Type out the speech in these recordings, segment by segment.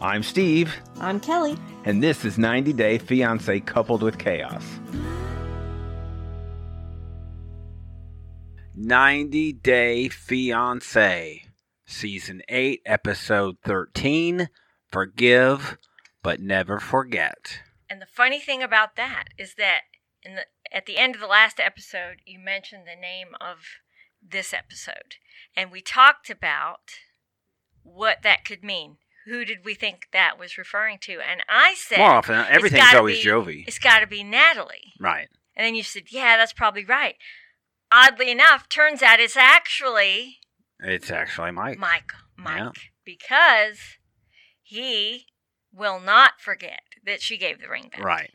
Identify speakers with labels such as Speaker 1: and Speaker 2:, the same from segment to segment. Speaker 1: I'm Steve,
Speaker 2: I'm Kelly.
Speaker 1: and this is 90 Day Fiancé Coupled with Chaos. 90 Day Fiancé, Season 8, Episode 13 Forgive But Never Forget.
Speaker 3: And the funny thing about that is that in the at the end of the last episode, you mentioned the name of this episode, and we talked about what that could mean. Who did we think that was referring to? And I said,
Speaker 1: More often,
Speaker 3: "It's
Speaker 1: everything's
Speaker 3: gotta
Speaker 1: always
Speaker 3: be-
Speaker 1: Jovi.
Speaker 3: It's got to be Natalie.
Speaker 1: Right.
Speaker 3: And then you said, yeah, that's probably right. Oddly enough, turns out it's actually
Speaker 1: It's actually Mike.
Speaker 3: Mike. Mike,
Speaker 1: Yeah.
Speaker 3: because he will not forget that she gave the ring back.
Speaker 1: Right.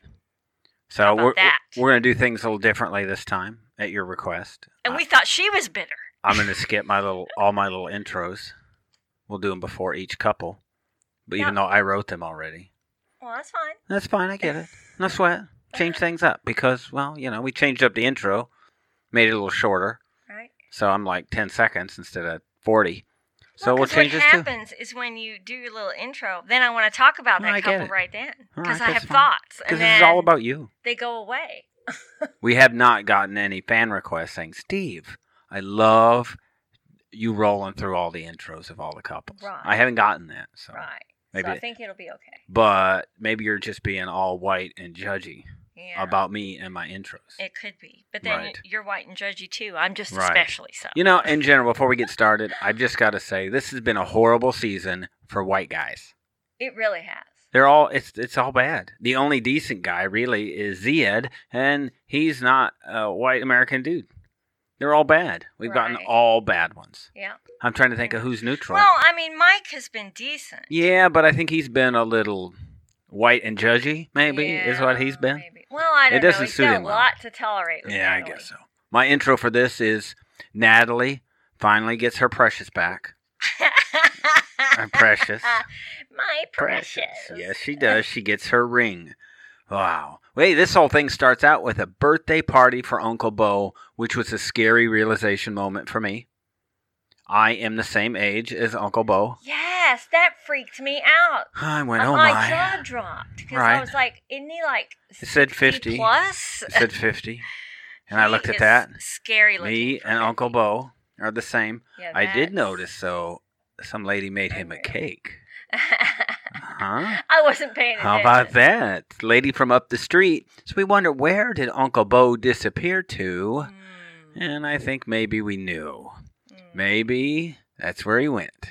Speaker 1: So
Speaker 3: about
Speaker 1: we're
Speaker 3: that?
Speaker 1: we're going to do things a little differently this time at your request.
Speaker 3: And
Speaker 1: I-
Speaker 3: we thought she was bitter.
Speaker 1: I'm going to skip my little all my little intros. We'll do them before each couple, but even though I wrote them already,
Speaker 3: Well, that's fine.
Speaker 1: that's fine. I get it. No sweat. Change things up because well, you know, we changed up the intro, made it a little shorter,
Speaker 3: Right.
Speaker 1: so I'm like 10 seconds instead of 40. So
Speaker 3: Well,
Speaker 1: we'll
Speaker 3: 'cause what
Speaker 1: change this too.
Speaker 3: happens is when you do your little intro, then I want to talk about
Speaker 1: No,
Speaker 3: that
Speaker 1: I get
Speaker 3: couple
Speaker 1: it.
Speaker 3: right then
Speaker 1: All
Speaker 3: because
Speaker 1: right,
Speaker 3: I
Speaker 1: that's
Speaker 3: have
Speaker 1: fine.
Speaker 3: thoughts,
Speaker 1: Because
Speaker 3: and
Speaker 1: this
Speaker 3: then
Speaker 1: is all about you.
Speaker 3: they go away.
Speaker 1: We have not gotten any fan requests saying, Steve, I love you rolling through all the intros of all the couples.
Speaker 3: Right.
Speaker 1: I haven't gotten that. So.
Speaker 3: Right.
Speaker 1: Oh, Maybe
Speaker 3: so I
Speaker 1: it-
Speaker 3: think it'll be okay.
Speaker 1: But maybe you're just being all white and judgy
Speaker 3: Yeah.
Speaker 1: about me and my intros.
Speaker 3: it could be, but then
Speaker 1: Right.
Speaker 3: you're white and judgy too. I'm just
Speaker 1: Right.
Speaker 3: especially so.
Speaker 1: You know, in general, before we get started, I've just got to say this has been a horrible season for white guys.
Speaker 3: It really has.
Speaker 1: They're all it's it's all bad. The only decent guy really is Zed, and he's not a white American dude. They're all bad. We've gotten
Speaker 3: Right.
Speaker 1: all bad ones.
Speaker 3: Yeah.
Speaker 1: I'm trying to think of who's neutral.
Speaker 3: Well, I mean, Mike has been decent.
Speaker 1: yeah, but I think he's been a little white and judgy. Maybe is what he's
Speaker 3: Yeah,
Speaker 1: been.
Speaker 3: Maybe. Well, I
Speaker 1: It
Speaker 3: don't
Speaker 1: doesn't
Speaker 3: know. He's
Speaker 1: suit
Speaker 3: got
Speaker 1: him
Speaker 3: a
Speaker 1: well.
Speaker 3: lot to tolerate. With
Speaker 1: Yeah, I
Speaker 3: Natalie.
Speaker 1: guess so. My intro for this is Natalie finally gets her precious back. I'm precious.
Speaker 3: My precious.
Speaker 1: Yes, she does. She gets her ring. Wow. Wait, this whole thing starts out with a birthday party for Uncle Bo, which was a scary realization moment for me. I am the same age as Uncle Bo.
Speaker 3: Yes, that freaked me out.
Speaker 1: I went, oh
Speaker 3: my,
Speaker 1: my.
Speaker 3: jaw dropped because
Speaker 1: Right.
Speaker 3: I was like, isn't he like
Speaker 1: It said 50.
Speaker 3: plus?
Speaker 1: It said 50. And I
Speaker 3: He
Speaker 1: looked at
Speaker 3: is
Speaker 1: that.
Speaker 3: Scary looking.
Speaker 1: Me
Speaker 3: for
Speaker 1: and
Speaker 3: him.
Speaker 1: Uncle Bo are the same.
Speaker 3: Yeah,
Speaker 1: I did
Speaker 3: that's-
Speaker 1: notice, though, some lady made him a
Speaker 3: Unreal.
Speaker 1: cake. Uh-huh. Huh?
Speaker 3: I wasn't paying attention.
Speaker 1: How about that? Lady from up the street. So we wonder where did Uncle Bo disappear to?
Speaker 3: Mm,
Speaker 1: And I think maybe we knew.
Speaker 3: mm.
Speaker 1: Maybe that's where he went.
Speaker 3: To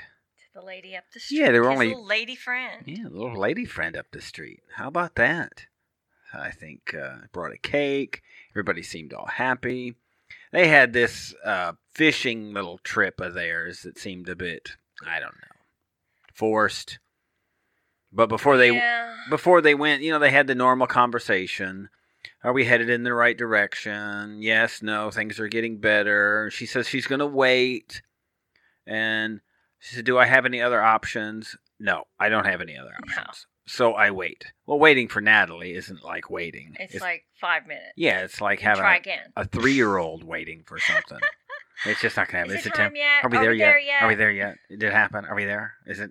Speaker 3: the lady up the street.
Speaker 1: Yeah, they were
Speaker 3: his
Speaker 1: only-
Speaker 3: little lady friend.
Speaker 1: Yeah, little lady friend up the street. How about that? I think uh, brought a cake. Everybody seemed all happy. They had this uh, fishing little trip of theirs that seemed a bit, I don't know, forced. But before they
Speaker 3: Yeah.
Speaker 1: before they went, you know, they had the normal conversation. Are we headed in the right direction? Yes, no, things are getting better. She says she's going to wait. And she said, Do I have any other options? No, I don't have any other
Speaker 3: No.
Speaker 1: options. So I wait. Well, waiting for Natalie isn't like waiting.
Speaker 3: It's, like five minutes.
Speaker 1: yeah, it's like
Speaker 3: You
Speaker 1: having
Speaker 3: Try
Speaker 1: a,
Speaker 3: again.
Speaker 1: a three year old waiting for something. it's just not going to happen.
Speaker 3: Is
Speaker 1: It's a
Speaker 3: it
Speaker 1: temp-
Speaker 3: time yet?
Speaker 1: are we there, yet? Are we
Speaker 3: yet?
Speaker 1: there yet? Did it happen? Are we there? Is it?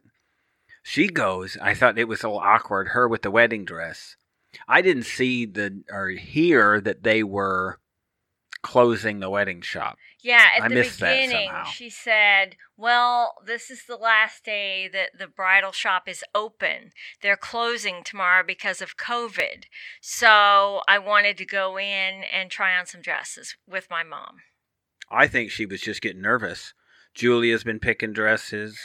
Speaker 1: She goes. I thought it was a little awkward. Her with the wedding dress. I didn't see the or hear that they were closing the wedding shop.
Speaker 3: Yeah, at
Speaker 1: I
Speaker 3: the
Speaker 1: missed that
Speaker 3: beginning,
Speaker 1: somehow.
Speaker 3: she said, Well, this is the last day that the bridal shop is open. They're closing tomorrow because of COVID. So I wanted to go in and try on some dresses with my mom.
Speaker 1: I think she was just getting nervous. Julia's been picking dresses.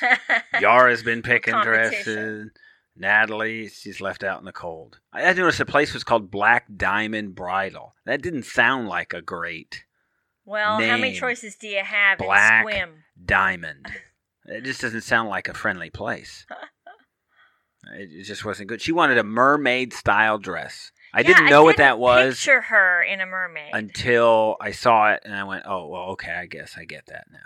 Speaker 1: Yara's been picking dresses.
Speaker 3: Competition.
Speaker 1: Natalie, she's left out in the cold. I I noticed the place was called Black Diamond Bridal. That didn't sound like a great
Speaker 3: well, how many
Speaker 1: Name.
Speaker 3: choices do you have
Speaker 1: Black.
Speaker 3: in swim?
Speaker 1: diamond. It just doesn't sound like a friendly place. It it just wasn't good. She wanted a mermaid style dress. I
Speaker 3: Yeah,
Speaker 1: didn't know what
Speaker 3: couldn't
Speaker 1: that was
Speaker 3: Picture her in a mermaid.
Speaker 1: until I saw it and I went, oh, well, okay, I guess I get that now.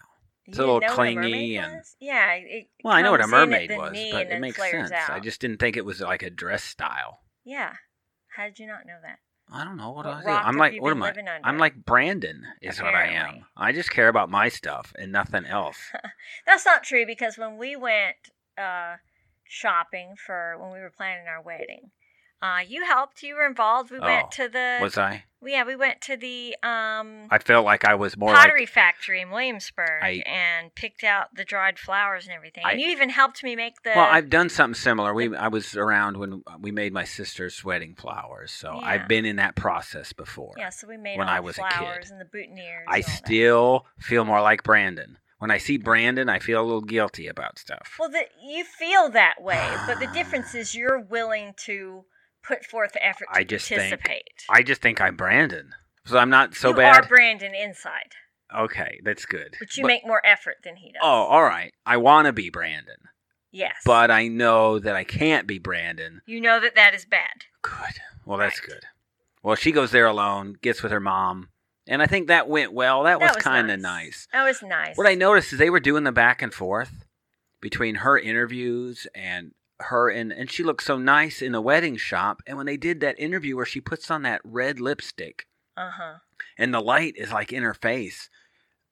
Speaker 3: You
Speaker 1: it's a little
Speaker 3: didn't know what mermaid
Speaker 1: clingy and-
Speaker 3: was? yeah. It
Speaker 1: Well, I know what a
Speaker 3: comes in at
Speaker 1: mermaid
Speaker 3: the
Speaker 1: was,
Speaker 3: knee
Speaker 1: but
Speaker 3: and
Speaker 1: it
Speaker 3: then
Speaker 1: makes
Speaker 3: flares
Speaker 1: sense. I
Speaker 3: out.
Speaker 1: just didn't think it was like a dress style.
Speaker 3: yeah. How did you not know that?
Speaker 1: I don't know what,
Speaker 3: What
Speaker 1: I do.
Speaker 3: rock
Speaker 1: I'm
Speaker 3: have
Speaker 1: like,
Speaker 3: you
Speaker 1: what
Speaker 3: been
Speaker 1: am I?
Speaker 3: living under?
Speaker 1: I'm like Brandon is what I am.
Speaker 3: Apparently.
Speaker 1: I just care about my stuff and nothing else.
Speaker 3: That's not true because when we went uh, shopping for when we were planning our wedding. Uh, you helped. You were involved. We
Speaker 1: Oh,
Speaker 3: went to the.
Speaker 1: Was I?
Speaker 3: yeah, we went to the um,
Speaker 1: I felt like I was more like-
Speaker 3: pottery factory in Williamsburg
Speaker 1: I-
Speaker 3: and picked out the dried flowers and everything.
Speaker 1: I-
Speaker 3: and you even helped me make the.
Speaker 1: well, I've done something similar. We I was around when we made my sister's wedding flowers, so
Speaker 3: Yeah.
Speaker 1: I've been in that process before.
Speaker 3: yeah, so we made
Speaker 1: when
Speaker 3: all
Speaker 1: I
Speaker 3: the
Speaker 1: was a kid.
Speaker 3: flowers and the boutonnieres.
Speaker 1: I
Speaker 3: and all that.
Speaker 1: still feel more like Brandon. When I see Brandon, I feel a little guilty about stuff.
Speaker 3: Well, the, you feel that way, but the difference is you're willing to put forth the effort to
Speaker 1: I just think
Speaker 3: participate.
Speaker 1: I just think I'm Brandon, so I'm not so
Speaker 3: you
Speaker 1: bad.
Speaker 3: are Brandon inside,
Speaker 1: okay, that's good.
Speaker 3: but you make more effort than he does.
Speaker 1: Oh, all right. I want to be Brandon,
Speaker 3: yes,
Speaker 1: but I know that I can't be Brandon.
Speaker 3: you know that that is bad.
Speaker 1: Good. Well, that's
Speaker 3: Right.
Speaker 1: good. Well, she goes there alone, gets with her mom, and I think that went well. That, was, kind of nice.
Speaker 3: That was nice.
Speaker 1: What I noticed is they were doing the back and forth between her interviews and her and and she looked so nice in the wedding shop and when they did that interview where she puts on that red lipstick
Speaker 3: Uh huh.
Speaker 1: and the light is like in her face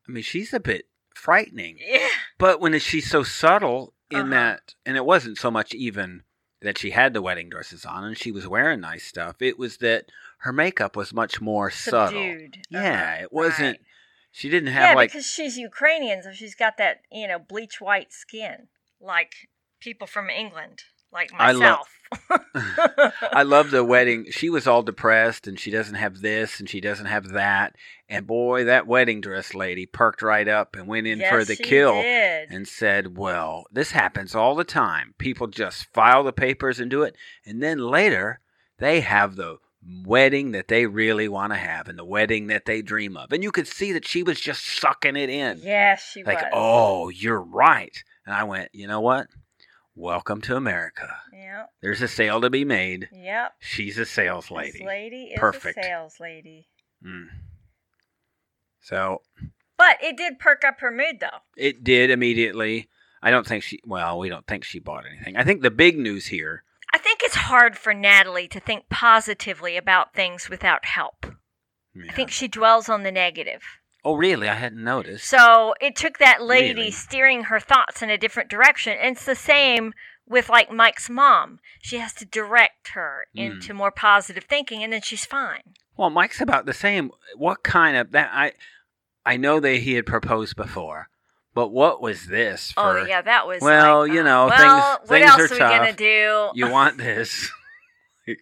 Speaker 1: i mean she's a bit frightening
Speaker 3: Yeah.
Speaker 1: but when she's so subtle in
Speaker 3: Uh-huh.
Speaker 1: that and it wasn't so much even that she had the wedding dresses on and she was wearing nice stuff it was that her makeup was much more subtle
Speaker 3: Subdued.
Speaker 1: Yeah,
Speaker 3: Uh-huh.
Speaker 1: it wasn't
Speaker 3: Right.
Speaker 1: she didn't have
Speaker 3: Yeah,
Speaker 1: like
Speaker 3: because she's Ukrainian, so she's got that you know bleach white skin, like people from England, like
Speaker 1: I
Speaker 3: myself.
Speaker 1: love- I love the wedding. She was all depressed and she doesn't have this and she doesn't have that. And boy, that wedding dress lady perked right up and went in for
Speaker 3: Yes,
Speaker 1: the
Speaker 3: she
Speaker 1: kill
Speaker 3: did.
Speaker 1: and said, Well, this happens all the time. People just file the papers and do it. And then later, they have the wedding that they really want to have and the wedding that they dream of. And you could see that she was just sucking it in.
Speaker 3: Yes, she
Speaker 1: like,
Speaker 3: was.
Speaker 1: oh, you're right. And I went, You know what? Welcome to America.
Speaker 3: Yeah.
Speaker 1: There's a sale to be made.
Speaker 3: Yep.
Speaker 1: She's a sales
Speaker 3: This
Speaker 1: lady.
Speaker 3: lady is
Speaker 1: Perfect.
Speaker 3: a sales lady.
Speaker 1: Mm. So
Speaker 3: But it did perk up her mood though.
Speaker 1: it did immediately. I don't think she, well, we don't think she bought anything. I think the big news here,
Speaker 3: I think it's hard for Natalie to think positively about things without help.
Speaker 1: Yeah.
Speaker 3: I think she dwells on the negative.
Speaker 1: oh, really? I hadn't noticed.
Speaker 3: So it took that lady
Speaker 1: Really?
Speaker 3: steering her thoughts in a different direction. And it's the same with like Mike's mom. She has to direct her
Speaker 1: Mm.
Speaker 3: into more positive thinking and then she's fine.
Speaker 1: Well, Mike's about the same. What kind of that? I, I know that he had proposed before, but what was this for?
Speaker 3: oh yeah, that was
Speaker 1: Well,
Speaker 3: like,
Speaker 1: you
Speaker 3: uh,
Speaker 1: know,
Speaker 3: well,
Speaker 1: things-
Speaker 3: what
Speaker 1: things
Speaker 3: else
Speaker 1: are
Speaker 3: we gonna
Speaker 1: tough.
Speaker 3: do?
Speaker 1: You want this? Like,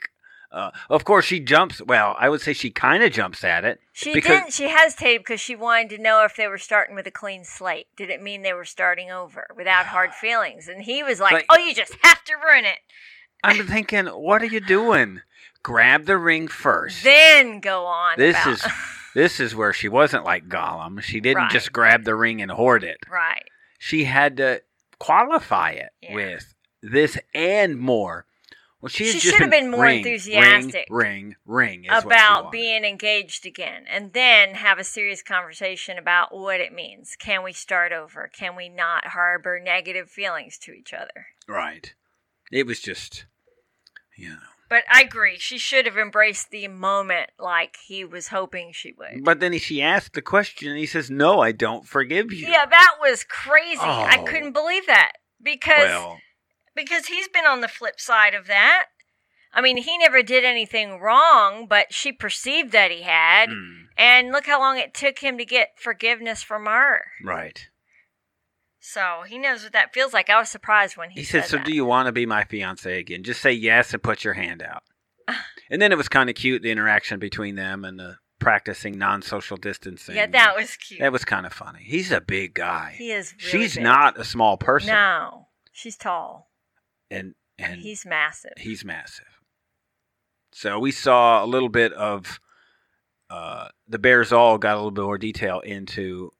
Speaker 1: uh, of course, she jumps. Well, I would say she kind of jumps at it.
Speaker 3: She
Speaker 1: because-
Speaker 3: didn't. She hesitated because she wanted to know if they were starting with a clean slate. Did it mean they were starting over without hard feelings? And he was like,
Speaker 1: Like-
Speaker 3: "Oh, you just have to ruin it,
Speaker 1: I'm thinking, what are you doing? Grab the ring first.
Speaker 3: then go on."
Speaker 1: This
Speaker 3: about-
Speaker 1: is this is where she wasn't like Gollum. She didn't
Speaker 3: Right.
Speaker 1: just grab the ring and hoard it.
Speaker 3: right.
Speaker 1: She had to qualify it
Speaker 3: Yeah.
Speaker 1: with this and more. Well, she,
Speaker 3: She
Speaker 1: is just
Speaker 3: should have
Speaker 1: an-
Speaker 3: been more
Speaker 1: ring,
Speaker 3: enthusiastic
Speaker 1: Ring, ring, ring is what she
Speaker 3: About
Speaker 1: wanted.
Speaker 3: being engaged again, and then have a serious conversation about what it means. Can we start over? Can we not harbor negative feelings to each other?
Speaker 1: right. It was just, you know.
Speaker 3: But I agree. She should have embraced the moment like he was hoping she would.
Speaker 1: But then she asked the question, and he says, "No, I don't forgive you."
Speaker 3: Yeah, that was crazy. I
Speaker 1: Oh.
Speaker 3: couldn't believe that because
Speaker 1: well,
Speaker 3: because he's been on the flip side of that. I mean, he never did anything wrong, but she perceived that he had,
Speaker 1: mm,
Speaker 3: and look how long it took him to get forgiveness from her.
Speaker 1: right.
Speaker 3: So he knows what that feels like. I was surprised when he,
Speaker 1: He, said, "So do you want to be my fiance again? Just say yes and put your hand out." and then it was kind of cute the interaction between them and the practicing non-social distancing.
Speaker 3: Yeah, that was cute.
Speaker 1: that was kind of funny. He's a big guy.
Speaker 3: he is. Really
Speaker 1: She's
Speaker 3: big.
Speaker 1: not a small person.
Speaker 3: No, she's tall.
Speaker 1: And and he's,
Speaker 3: he's massive.
Speaker 1: massive. So we saw a little bit of uh, the Bears all got a little bit more detail into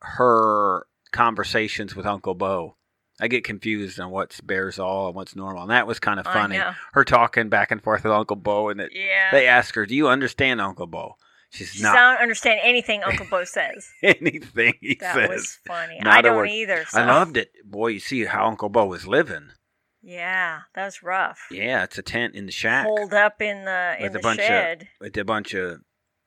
Speaker 1: her conversations with Uncle Bo. I get confused on what's Bears all and what's normal. And that was kind of
Speaker 3: I
Speaker 1: funny.
Speaker 3: know.
Speaker 1: her talking back and forth with Uncle Bo, and that
Speaker 3: Yeah.
Speaker 1: they ask her, "Do you understand Uncle Bo?" She's
Speaker 3: she
Speaker 1: not
Speaker 3: don't understand anything Uncle Bo says.
Speaker 1: anything he
Speaker 3: That
Speaker 1: says.
Speaker 3: was funny.
Speaker 1: not
Speaker 3: I
Speaker 1: a
Speaker 3: don't
Speaker 1: word.
Speaker 3: either. So.
Speaker 1: I loved it, boy. You see how Uncle Bo was living.
Speaker 3: Yeah, that was rough.
Speaker 1: Yeah, it's a tent in the shack
Speaker 3: Holed up in the in
Speaker 1: with
Speaker 3: the
Speaker 1: a bunch
Speaker 3: shed.
Speaker 1: of with a bunch of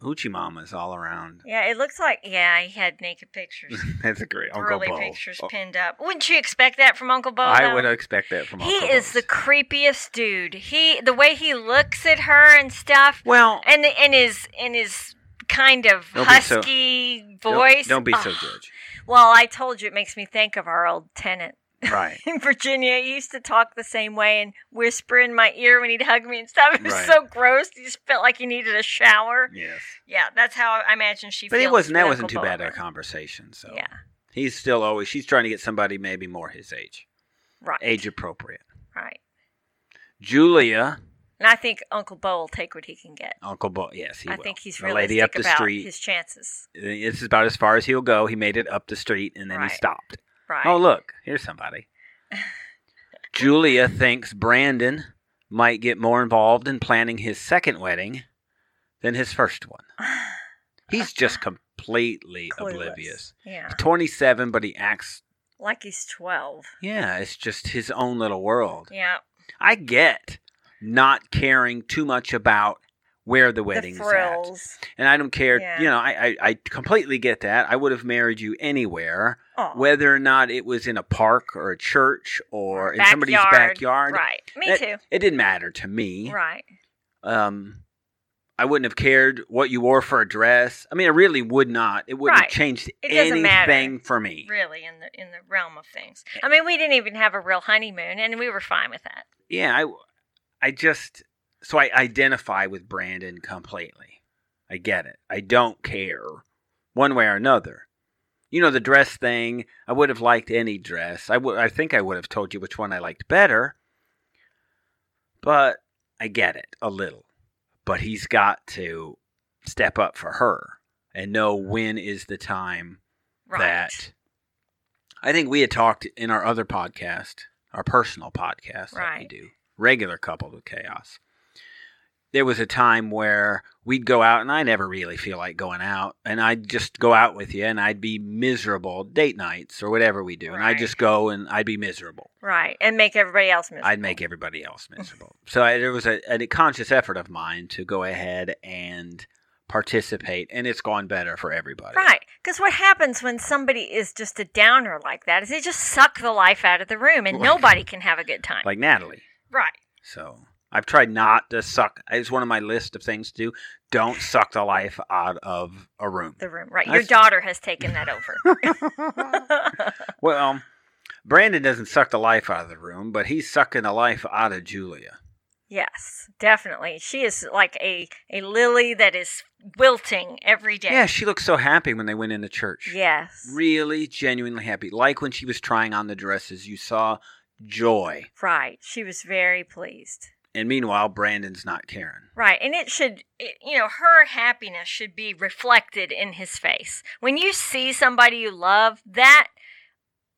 Speaker 1: hoochie mamas all around.
Speaker 3: Yeah, it looks like yeah, he had naked pictures,
Speaker 1: That's a great Uncle
Speaker 3: early
Speaker 1: Bo.
Speaker 3: pictures
Speaker 1: Oh,
Speaker 3: pinned up. Wouldn't you expect that from Uncle Bo?
Speaker 1: I
Speaker 3: though?
Speaker 1: would expect that from
Speaker 3: He
Speaker 1: Uncle
Speaker 3: is the
Speaker 1: Bo's.
Speaker 3: creepiest dude. He the way he looks at her and stuff,
Speaker 1: well.
Speaker 3: and and his and his kind of
Speaker 1: Don't be so-
Speaker 3: husky
Speaker 1: don't-
Speaker 3: voice. ah.
Speaker 1: Don't, be so
Speaker 3: Ugh.
Speaker 1: judge.
Speaker 3: Well, I told you it makes me think of our old tenant
Speaker 1: Right.
Speaker 3: in Virginia. He used to talk the same way and whisper in my ear when he'd hug me and stuff. It was
Speaker 1: Right.
Speaker 3: so gross. He just felt like he needed a shower.
Speaker 1: Yes.
Speaker 3: Yeah, that's how I imagine she.
Speaker 1: But it
Speaker 3: feels
Speaker 1: wasn't. That
Speaker 3: with
Speaker 1: wasn't too
Speaker 3: Uncle
Speaker 1: bad
Speaker 3: Bo.
Speaker 1: of a conversation. So
Speaker 3: Yeah,
Speaker 1: he's still always. She's trying to get somebody maybe more his age,
Speaker 3: right,
Speaker 1: age appropriate.
Speaker 3: right.
Speaker 1: Julia,
Speaker 3: And I think Uncle Bo will take what he can get.
Speaker 1: Uncle Bo. Yes, he
Speaker 3: I
Speaker 1: will.
Speaker 3: think he's
Speaker 1: the lady
Speaker 3: realistic
Speaker 1: up the
Speaker 3: about
Speaker 1: street.
Speaker 3: his chances.
Speaker 1: This is about as far as he'll go. He made it up the street and then
Speaker 3: Right.
Speaker 1: he stopped.
Speaker 3: Right.
Speaker 1: Oh, look, here's somebody. Julia thinks Brandon might get more involved in planning his second wedding than his first one. He's just completely
Speaker 3: Clueless.
Speaker 1: oblivious.
Speaker 3: Yeah,
Speaker 1: He's 27, but he acts,
Speaker 3: like he's twelve.
Speaker 1: yeah, it's just his own little world.
Speaker 3: Yeah,
Speaker 1: I get not caring too much about where the
Speaker 3: the
Speaker 1: wedding's at.
Speaker 3: frills.
Speaker 1: And I don't care,
Speaker 3: Yeah.
Speaker 1: you know, I, I, I completely get that. I would have married you anywhere
Speaker 3: Oh,
Speaker 1: whether or not it was in a park or a church or in somebody's
Speaker 3: Backyard,
Speaker 1: backyard.
Speaker 3: right. Me
Speaker 1: That-
Speaker 3: too.
Speaker 1: It didn't matter to me.
Speaker 3: Right.
Speaker 1: Um, I wouldn't have cared what you wore for a dress. I mean, I really would not. It wouldn't have
Speaker 3: Right.
Speaker 1: changed
Speaker 3: It doesn't
Speaker 1: anything
Speaker 3: matter.
Speaker 1: for me.
Speaker 3: really in the in the realm of things. I mean, we didn't even have a real honeymoon, and we were fine with that.
Speaker 1: Yeah, I, I just so I identify with Brandon completely. I get it. I don't care one way or another. You know the dress thing. I would have liked any dress. I would. I think I would have told you which one I liked better. But I get it a little. But he's got to step up for her and know when is the time
Speaker 3: Right.
Speaker 1: that I think we had talked in our other podcast, our personal podcast that we
Speaker 3: Right.
Speaker 1: do, regular coupled with chaos. There was a time where we'd go out, and I never really feel like going out, and I'd just go out with you, and I'd be miserable date nights or whatever we do, and I'd
Speaker 3: Right.
Speaker 1: just go and I'd be miserable.
Speaker 3: Right. And make everybody else miserable.
Speaker 1: I'd make everybody else miserable. so I, there was a, a conscious effort of mine to go ahead and participate, and it's gone better for everybody.
Speaker 3: Right. Because what happens when somebody is just a downer like that is they just suck the life out of the room, and
Speaker 1: Right.
Speaker 3: nobody can have a good time.
Speaker 1: Like Natalie.
Speaker 3: right.
Speaker 1: So I've tried not to suck. It's one of my list of things to do. Don't suck the life out of a room.
Speaker 3: The room. Right.
Speaker 1: I
Speaker 3: Your
Speaker 1: s-
Speaker 3: daughter has taken that over.
Speaker 1: Well, Brandon doesn't suck the life out of the room, but he's sucking the life out of Julia.
Speaker 3: yes. Definitely. She is like a a lily that is wilting every day.
Speaker 1: Yeah, she looked so happy when they went into church.
Speaker 3: Yes.
Speaker 1: Really genuinely happy. Like when she was trying on the dresses, you saw joy.
Speaker 3: right. She was very pleased.
Speaker 1: And meanwhile, Brandon's not caring.
Speaker 3: Right, and it should, it, you know, her happiness should be reflected in his face. When you see somebody you love that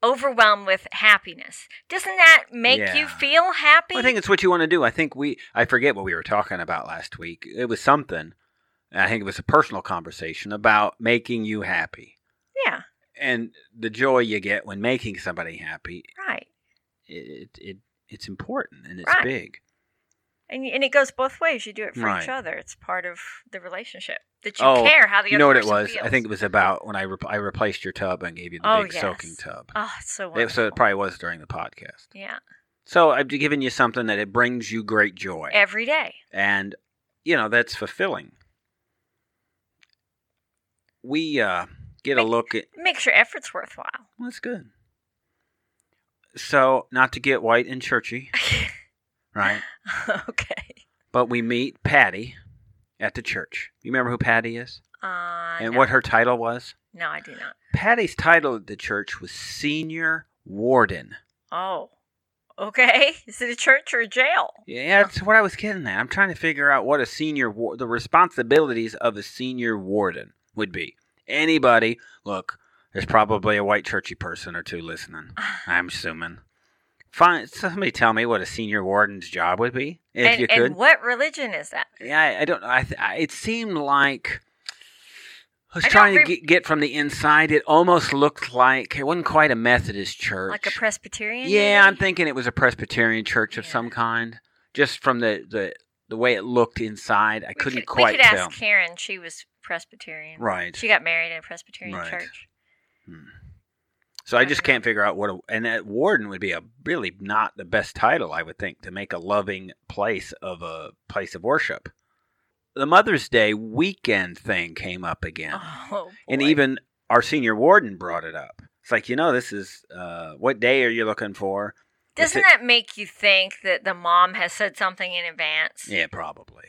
Speaker 3: overwhelmed with happiness, doesn't that make you
Speaker 1: Yeah.
Speaker 3: feel happy?
Speaker 1: Well, I think it's what you want to do. I think we, I forget what we were talking about last week. It was something, I think it was a personal conversation about making you happy.
Speaker 3: yeah,
Speaker 1: And the joy you get when making somebody happy,
Speaker 3: right,
Speaker 1: it, it, it it's important and it's
Speaker 3: Right.
Speaker 1: big.
Speaker 3: and and it goes both ways. You do it for each
Speaker 1: Right.
Speaker 3: other. It's part of the relationship that you
Speaker 1: Oh,
Speaker 3: care how the other
Speaker 1: You know what it
Speaker 3: person
Speaker 1: was? I
Speaker 3: feels.
Speaker 1: think it was about when I, re- I replaced your tub and gave you the
Speaker 3: Oh,
Speaker 1: big
Speaker 3: yes.
Speaker 1: soaking tub.
Speaker 3: Oh, it's so
Speaker 1: It-
Speaker 3: wonderful.
Speaker 1: so it probably was during the podcast.
Speaker 3: yeah,
Speaker 1: So I've given you something that it brings you great joy.
Speaker 3: every day.
Speaker 1: and you know that's fulfilling we uh get a look at
Speaker 3: It makes your efforts worthwhile.
Speaker 1: well, that's good so not to get white and churchy right
Speaker 3: okay.
Speaker 1: but we meet patty at the church you remember who patty is
Speaker 3: Uh,
Speaker 1: and
Speaker 3: no.
Speaker 1: what her title was
Speaker 3: No, I do not.
Speaker 1: patty's title at the church was senior warden
Speaker 3: Oh, okay. Is it a church or a jail?
Speaker 1: yeah that's what i was getting at i'm trying to figure out what a senior war- the responsibilities of a senior warden would be anybody look there's probably a white churchy person or two listening I'm assuming. Fine. Somebody tell me what a senior warden's job would be, if
Speaker 3: and,
Speaker 1: you
Speaker 3: and
Speaker 1: could.
Speaker 3: what religion is that?
Speaker 1: yeah, I, I don't know. I, th- I it seemed like I was
Speaker 3: I don't
Speaker 1: trying
Speaker 3: rem-
Speaker 1: to get, get from the inside. It almost looked like it wasn't quite a Methodist church.
Speaker 3: Like a Presbyterian?
Speaker 1: yeah, I'm
Speaker 3: maybe?
Speaker 1: thinking it was a Presbyterian church of
Speaker 3: Yeah.
Speaker 1: some kind. Just from the the the way it looked inside, I
Speaker 3: We
Speaker 1: couldn't
Speaker 3: could-
Speaker 1: quite
Speaker 3: We could
Speaker 1: tell.
Speaker 3: ask Karen. She was Presbyterian.
Speaker 1: Right.
Speaker 3: She got married at a Presbyterian
Speaker 1: Right.
Speaker 3: church.
Speaker 1: Hmm. So I just can't figure out what a and that warden would be a really not the best title I would think to make a loving place of a place of worship. The Mother's Day weekend thing came up again,
Speaker 3: Oh,
Speaker 1: and
Speaker 3: boy.
Speaker 1: even our senior warden brought it up. It's like you know this is uh, what day are you looking for?
Speaker 3: doesn't
Speaker 1: it-
Speaker 3: that make you think that the mom has said something in advance?
Speaker 1: Yeah, probably.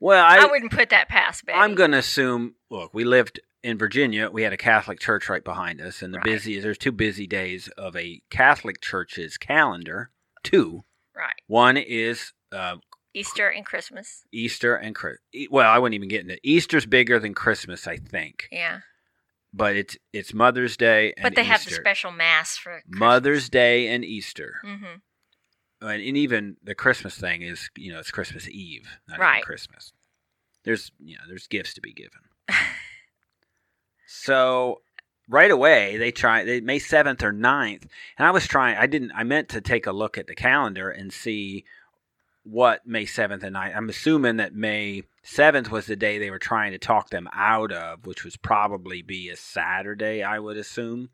Speaker 1: Well,
Speaker 3: I,
Speaker 1: I,
Speaker 3: wouldn't put that past Betty.
Speaker 1: I'm going to assume. Look, we lived in Virginia. We had a Catholic church right behind us, and the
Speaker 3: Right.
Speaker 1: busy there's two busy days of a Catholic church's calendar. Two.
Speaker 3: right
Speaker 1: One is uh,
Speaker 3: Easter and Christmas.
Speaker 1: Easter and Chris. e, Well, I wouldn't even get into Easter's bigger than Christmas, I think,
Speaker 3: Yeah,
Speaker 1: but it's it's Mother's Day and
Speaker 3: but they have the
Speaker 1: Easter.
Speaker 3: special mass for
Speaker 1: Mother's Day and Easter,
Speaker 3: Mm-hmm.
Speaker 1: and, and even the Christmas thing is you know it's Christmas Eve, not even
Speaker 3: Right.
Speaker 1: Christmas. There's you know there's gifts to be given. so right away they try they May seventh or 9th, and I was trying I didn't I meant to take a look at the calendar and see what May seventh and 9th. I'm assuming that May seventh was the day they were trying to talk them out of, which was probably be a Saturday, I would assume.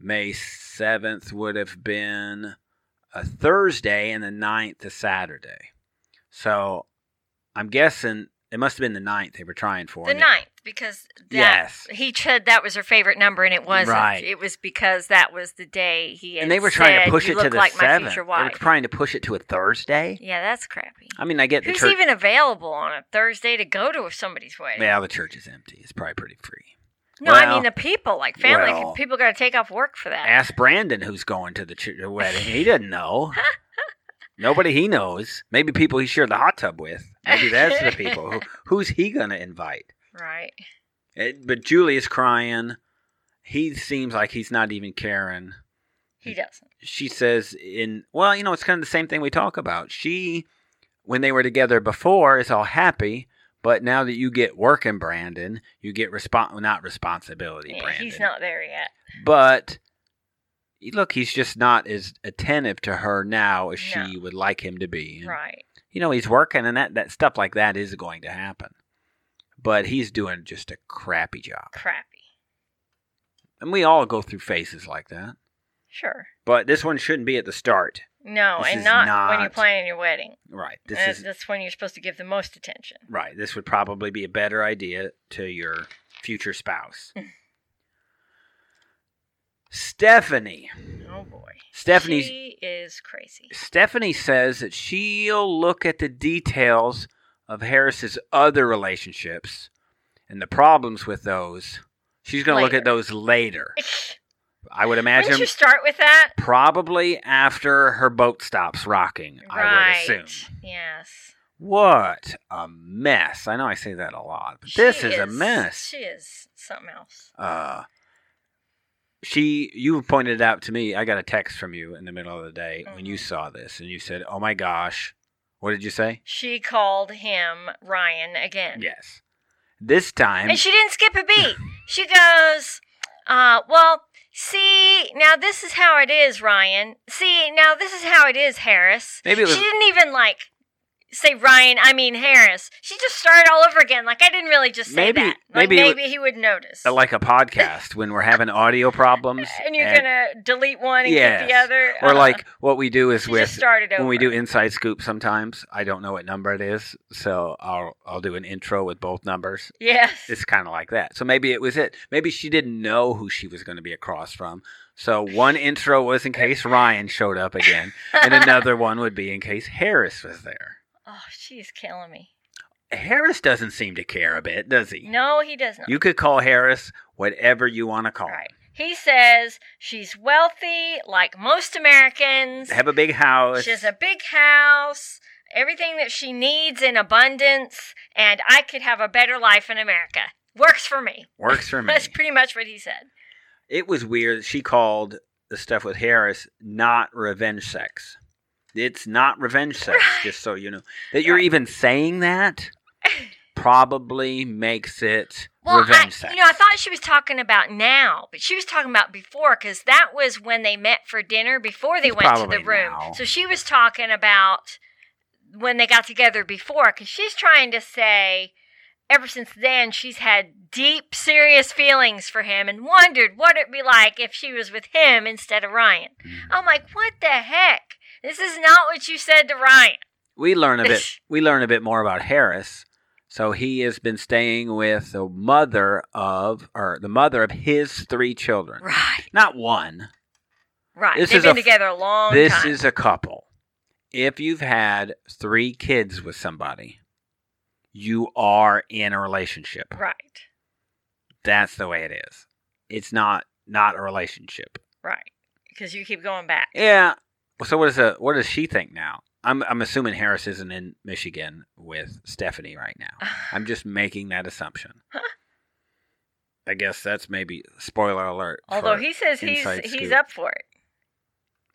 Speaker 1: May seventh would have been a Thursday and the 9th a Saturday. So I'm guessing it must have been the 9th they were trying for.
Speaker 3: The
Speaker 1: and it-
Speaker 3: ninth, because that,
Speaker 1: Yes.
Speaker 3: he said that was her favorite number, and it wasn't.
Speaker 1: Right.
Speaker 3: It was because that was the day he had
Speaker 1: and they were trying
Speaker 3: said,
Speaker 1: to push
Speaker 3: "You
Speaker 1: it to
Speaker 3: look
Speaker 1: the
Speaker 3: like my
Speaker 1: seventh. They
Speaker 3: future
Speaker 1: were
Speaker 3: wife.
Speaker 1: trying to push it to a Thursday.
Speaker 3: yeah, that's crappy.
Speaker 1: I mean, I get the
Speaker 3: Who's
Speaker 1: church.
Speaker 3: even available on a Thursday to go to somebody's wedding?
Speaker 1: yeah, the church is empty. It's probably pretty free.
Speaker 3: no, I
Speaker 1: well,
Speaker 3: mean the people, like family,
Speaker 1: well,
Speaker 3: people got to take off work for that.
Speaker 1: Ask Brandon who's going to the, ch- the wedding. He doesn't know. Nobody he knows. Maybe people he shared the hot tub with. Maybe that's the people. Who, who's he going to invite?
Speaker 3: Right.
Speaker 1: It, but Julie's crying. He seems like he's not even caring.
Speaker 3: He doesn't.
Speaker 1: she says in well you know it's kind of the same thing we talk about she when they were together before is all happy but now that you get working brandon you get respon not responsibility
Speaker 3: Yeah,
Speaker 1: brandon
Speaker 3: Eh, he's not there yet.
Speaker 1: but y- look he's just not as attentive to her now as she would like him to be And,
Speaker 3: Right.
Speaker 1: you know he's working and that, that stuff like that is going to happen but he's doing just a crappy job
Speaker 3: Crappy.
Speaker 1: and we all go through phases like that
Speaker 3: Sure.
Speaker 1: but this one shouldn't be at the start
Speaker 3: No,
Speaker 1: This
Speaker 3: and
Speaker 1: is
Speaker 3: not, when you're
Speaker 1: not-
Speaker 3: planning your wedding.
Speaker 1: right this
Speaker 3: That-
Speaker 1: is
Speaker 3: that's when you're supposed to give the most attention.
Speaker 1: Right. This would probably be a better idea to your future spouse. Stephanie.
Speaker 3: Oh boy.
Speaker 1: Stephanie's
Speaker 3: She is crazy.
Speaker 1: Stephanie says that she'll look at the details of Harris's other relationships and the problems with those. She's going to look
Speaker 3: Later.
Speaker 1: at those later. I would
Speaker 3: Wouldn't
Speaker 1: imagine
Speaker 3: you start with that?
Speaker 1: probably after her boat stops rocking, I would assume.
Speaker 3: Yes.
Speaker 1: What a mess. I know I say that a lot, but this
Speaker 3: She
Speaker 1: is a mess.
Speaker 3: She is something else.
Speaker 1: uh she you pointed it out to me i got a text from you in the middle of the day when you
Speaker 3: Mhm.
Speaker 1: saw this and you said oh my gosh what did you say
Speaker 3: She called him Ryan again.
Speaker 1: yes this time
Speaker 3: And she didn't skip a beat. she goes, uh, well, see, now this is how it is, Ryan. See, now this is how it is, Harris.
Speaker 1: Maybe it was-
Speaker 3: She didn't even like say Ryan, I mean Harris. She just started all over again. Like I didn't really just say
Speaker 1: Maybe-
Speaker 3: that. Like
Speaker 1: maybe it was-
Speaker 3: maybe he would notice.
Speaker 1: like a podcast when we're having audio problems
Speaker 3: and you're gonna delete one and get the
Speaker 1: Yes.
Speaker 3: other.
Speaker 1: or
Speaker 3: Uh-uh.
Speaker 1: like what we do is
Speaker 3: she
Speaker 1: with
Speaker 3: just started over.
Speaker 1: when we do inside scoop sometimes i don't know what number it is so i'll i'll do an intro with both numbers
Speaker 3: Yes.
Speaker 1: it's kind of like that. So maybe it was it. Maybe she didn't know who she was going to be across from. So one intro was in case Ryan showed up again, and another one would be in case Harris was there.
Speaker 3: Oh, she's killing me.
Speaker 1: Harris doesn't seem to care a bit, does he?
Speaker 3: No, he does not.
Speaker 1: You could call Harris whatever you want to call. him.
Speaker 3: right. He says she's wealthy, like most Americans.
Speaker 1: Have a big house.
Speaker 3: She has a big house, everything that she needs in abundance, and I could have a better life in America. Works for me.
Speaker 1: Works for me.
Speaker 3: That's pretty much what he said.
Speaker 1: it was weird. that She called the stuff with Harris not revenge sex. It's not revenge sex,
Speaker 3: Right.
Speaker 1: just so you know. That you're
Speaker 3: Right.
Speaker 1: even saying that probably makes it
Speaker 3: Well, I,
Speaker 1: revenge sex.
Speaker 3: you know, I thought she was talking about now, but she was talking about before because that was when they met for dinner before they
Speaker 1: It's
Speaker 3: went to
Speaker 1: probably
Speaker 3: the room.
Speaker 1: now.
Speaker 3: So she was talking about when they got together before because she's trying to say ever since then, she's had deep, serious feelings for him and wondered what it'd be like if she was with him instead of Ryan.
Speaker 1: Mm-hmm.
Speaker 3: I'm like, what the heck? This is not what you said to Ryan.
Speaker 1: We learn a bit. We learn a bit more about Harris. So he has been staying with the mother of, or the mother of his three children,
Speaker 3: Right,
Speaker 1: not one.
Speaker 3: right.
Speaker 1: This
Speaker 3: They've
Speaker 1: is
Speaker 3: been
Speaker 1: a-
Speaker 3: together a long
Speaker 1: this
Speaker 3: time.
Speaker 1: is a couple. If you've had three kids with somebody, you are in a relationship.
Speaker 3: right,
Speaker 1: That's the way it is. It's not not a relationship.
Speaker 3: right. Because you keep going back.
Speaker 1: Yeah. So what is a, what does she think now? I'm I'm assuming Harris isn't in Michigan with Stephanie right now. I'm just making that assumption. I guess that's maybe spoiler alert.
Speaker 3: Although
Speaker 1: for-
Speaker 3: he says he's
Speaker 1: inside
Speaker 3: he's
Speaker 1: scoop.
Speaker 3: up for it.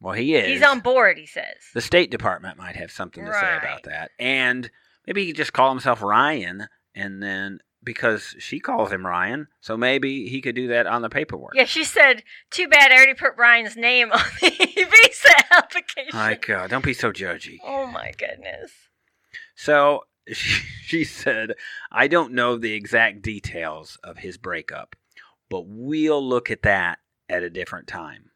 Speaker 1: well he is
Speaker 3: He's on board. He says.
Speaker 1: the State Department might have something to say
Speaker 3: Right.
Speaker 1: about that. And maybe he could just call himself Ryan and then because she calls him Ryan, so maybe he could do that on the paperwork.
Speaker 3: Yeah, she said. Too bad I already put Ryan's name on the visa application.
Speaker 1: Like, uh, don't be so judgy.
Speaker 3: oh my goodness.
Speaker 1: So she, she said, I don't know the exact details of his breakup, but we'll look at that at a different time.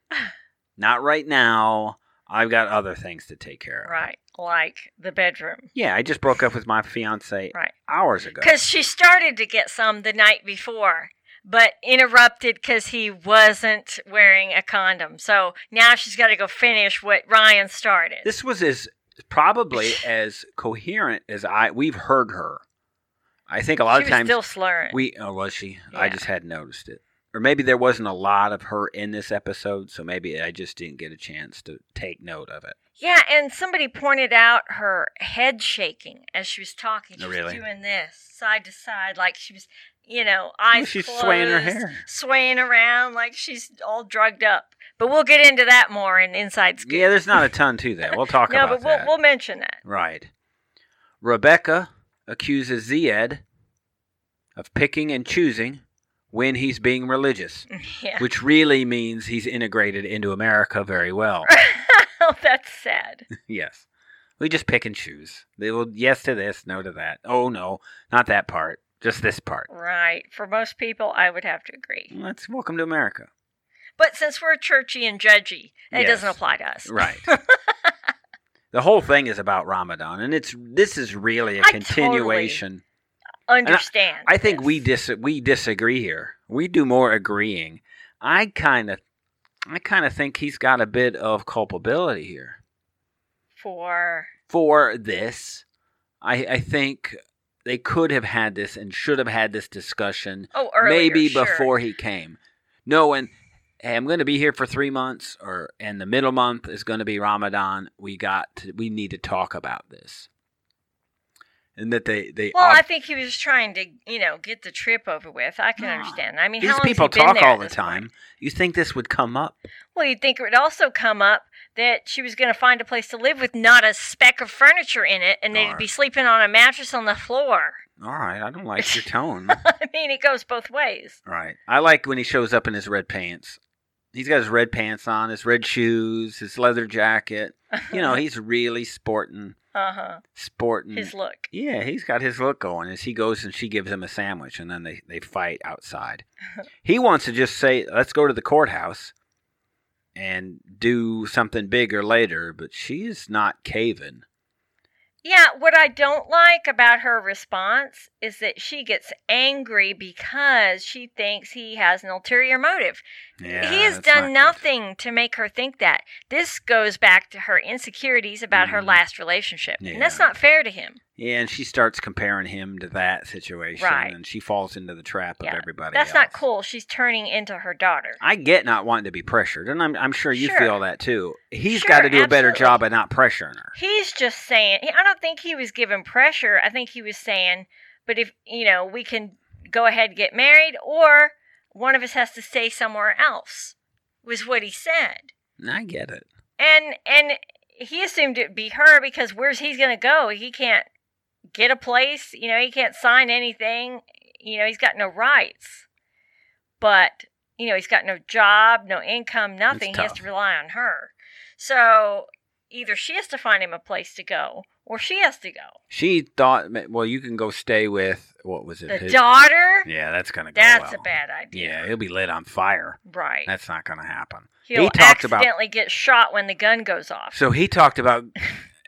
Speaker 1: Not right now. I've got other things to take care of.
Speaker 3: Right, like the bedroom.
Speaker 1: Yeah, I just broke up with my fiance
Speaker 3: Right.
Speaker 1: hours ago.
Speaker 3: Because she started to get some the night before, but interrupted because he wasn't wearing a condom. So now she's got to go finish what Ryan started.
Speaker 1: This was as probably as coherent as I we've heard her. I think a lot
Speaker 3: she
Speaker 1: of
Speaker 3: was
Speaker 1: times
Speaker 3: still slurring.
Speaker 1: we oh was she? I
Speaker 3: Yeah.
Speaker 1: just hadn't noticed it. Or maybe there wasn't a lot of her in this episode, so maybe I just didn't get a chance to take note of it.
Speaker 3: yeah, and somebody pointed out her head shaking as she was talking. She
Speaker 1: Oh,
Speaker 3: was
Speaker 1: really?
Speaker 3: doing this side to side, like she was, you know, eyes
Speaker 1: Well, she's
Speaker 3: closed,
Speaker 1: swaying her hair.
Speaker 3: swaying around like she's all drugged up. But we'll get into that more in Inside Scoop.
Speaker 1: Yeah, there's not a ton to that. We'll talk
Speaker 3: no,
Speaker 1: about
Speaker 3: but we'll,
Speaker 1: that.
Speaker 3: we'll mention that.
Speaker 1: Right. Rebecca accuses Zied of picking and choosing when he's being religious,
Speaker 3: Yeah.
Speaker 1: which really means he's integrated into America very well.
Speaker 3: oh, that's sad.
Speaker 1: Yes. We just pick and choose. They will yes to this, no to that. Oh no, not that part. Just this part.
Speaker 3: Right. For most people, I would have to agree.
Speaker 1: That's welcome to America.
Speaker 3: But since we're churchy and judgy,
Speaker 1: Yes.
Speaker 3: it doesn't apply to us.
Speaker 1: Right. the whole thing is about Ramadan and it's this is really a
Speaker 3: I
Speaker 1: continuation.
Speaker 3: Understand.
Speaker 1: I think
Speaker 3: this.
Speaker 1: we dis we disagree here. We do more agreeing. I kind of I kind of think he's got a bit of culpability here.
Speaker 3: For.
Speaker 1: for this. I, I think they could have had this and should have had this discussion
Speaker 3: Oh, earlier.
Speaker 1: maybe
Speaker 3: sure.
Speaker 1: before he came. Knowing, hey, I'm going to be here for three months, or and the middle month is going to be Ramadan. We got to, we need to talk about this, and that they they
Speaker 3: Well,
Speaker 1: ob-
Speaker 3: I think he was trying to, you know, get the trip over with. I can
Speaker 1: No.
Speaker 3: understand. I mean, how
Speaker 1: Ah. these people
Speaker 3: long has he been
Speaker 1: talk
Speaker 3: there
Speaker 1: all
Speaker 3: at
Speaker 1: the
Speaker 3: this point?
Speaker 1: time. You think this would come up?
Speaker 3: Well, you'd think it would also come up that she was going to find a place to live with not a speck of furniture in it, and they'd
Speaker 1: Darn.
Speaker 3: be sleeping on a mattress on the floor.
Speaker 1: All right, I don't like your tone.
Speaker 3: I mean, it goes both ways.
Speaker 1: Right. I like when he shows up in his red pants. He's got his red pants on, his red shoes, his leather jacket. You know, he's really sporting,
Speaker 3: Uh huh.
Speaker 1: sporting.
Speaker 3: His look.
Speaker 1: yeah, he's got his look going as he goes and she gives him a sandwich and then they, they fight outside. he wants to just say, let's go to the courthouse and do something bigger later, but she is not caving.
Speaker 3: Yeah, what I don't like about her response is that she gets angry because she thinks he has an ulterior motive.
Speaker 1: Yeah,
Speaker 3: he has
Speaker 1: that's not
Speaker 3: done
Speaker 1: good.
Speaker 3: nothing to make her think that. This goes back to her insecurities about her
Speaker 1: Mhm.
Speaker 3: last relationship. And that's
Speaker 1: Yeah.
Speaker 3: not fair to him.
Speaker 1: Yeah, and she starts comparing him to that situation
Speaker 3: Right.
Speaker 1: and she falls into the trap
Speaker 3: Yeah,
Speaker 1: of everybody
Speaker 3: That's not
Speaker 1: else.
Speaker 3: cool. She's turning into her daughter.
Speaker 1: I get not wanting to be pressured, and I'm, I'm sure you
Speaker 3: Sure.
Speaker 1: feel that too. He's
Speaker 3: Sure,
Speaker 1: got to do a better
Speaker 3: absolutely.
Speaker 1: job at not pressuring her.
Speaker 3: He's just saying, I don't think he was giving pressure. I think he was saying, but if, you know, we can go ahead and get married or one of us has to stay somewhere else, was what he said.
Speaker 1: And I get it.
Speaker 3: and and he assumed it'd be her because where's he's gonna go he can't get a place you know he can't sign anything you know he's got no rights but you know he's got no job no income nothing he has
Speaker 1: tough.
Speaker 3: to rely on her so either she has to find him a place to go or she has to go.
Speaker 1: She thought, ma- well, you can go stay with what was it?
Speaker 3: The
Speaker 1: his-
Speaker 3: daughter?
Speaker 1: Yeah, that's gonna go.
Speaker 3: that's
Speaker 1: well.
Speaker 3: a bad idea.
Speaker 1: Yeah, he'll be lit on fire.
Speaker 3: Right.
Speaker 1: That's not gonna happen.
Speaker 3: He'll
Speaker 1: he talked about-
Speaker 3: accidentally get shot when the gun goes off.
Speaker 1: So he talked about,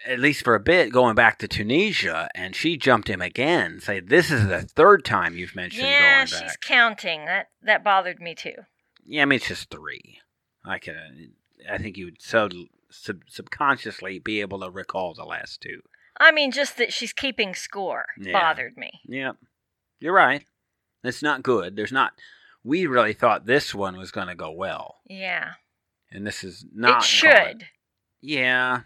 Speaker 1: at least for a bit, going back to Tunisia, and she jumped him again. Say, this is the third time you've mentioned
Speaker 3: yeah,
Speaker 1: going
Speaker 3: she's
Speaker 1: back.
Speaker 3: counting. That that bothered me too.
Speaker 1: Yeah, I mean it's just three. I can, I think you would sub, sub, subconsciously be able to recall the last two.
Speaker 3: I mean, just that she's keeping score
Speaker 1: Yeah.
Speaker 3: bothered me.
Speaker 1: Yeah, you're right. It's not good. There's not. We really thought this one was going to go well,
Speaker 3: Yeah,
Speaker 1: and this is not.
Speaker 3: it
Speaker 1: going.
Speaker 3: should.
Speaker 1: Yeah.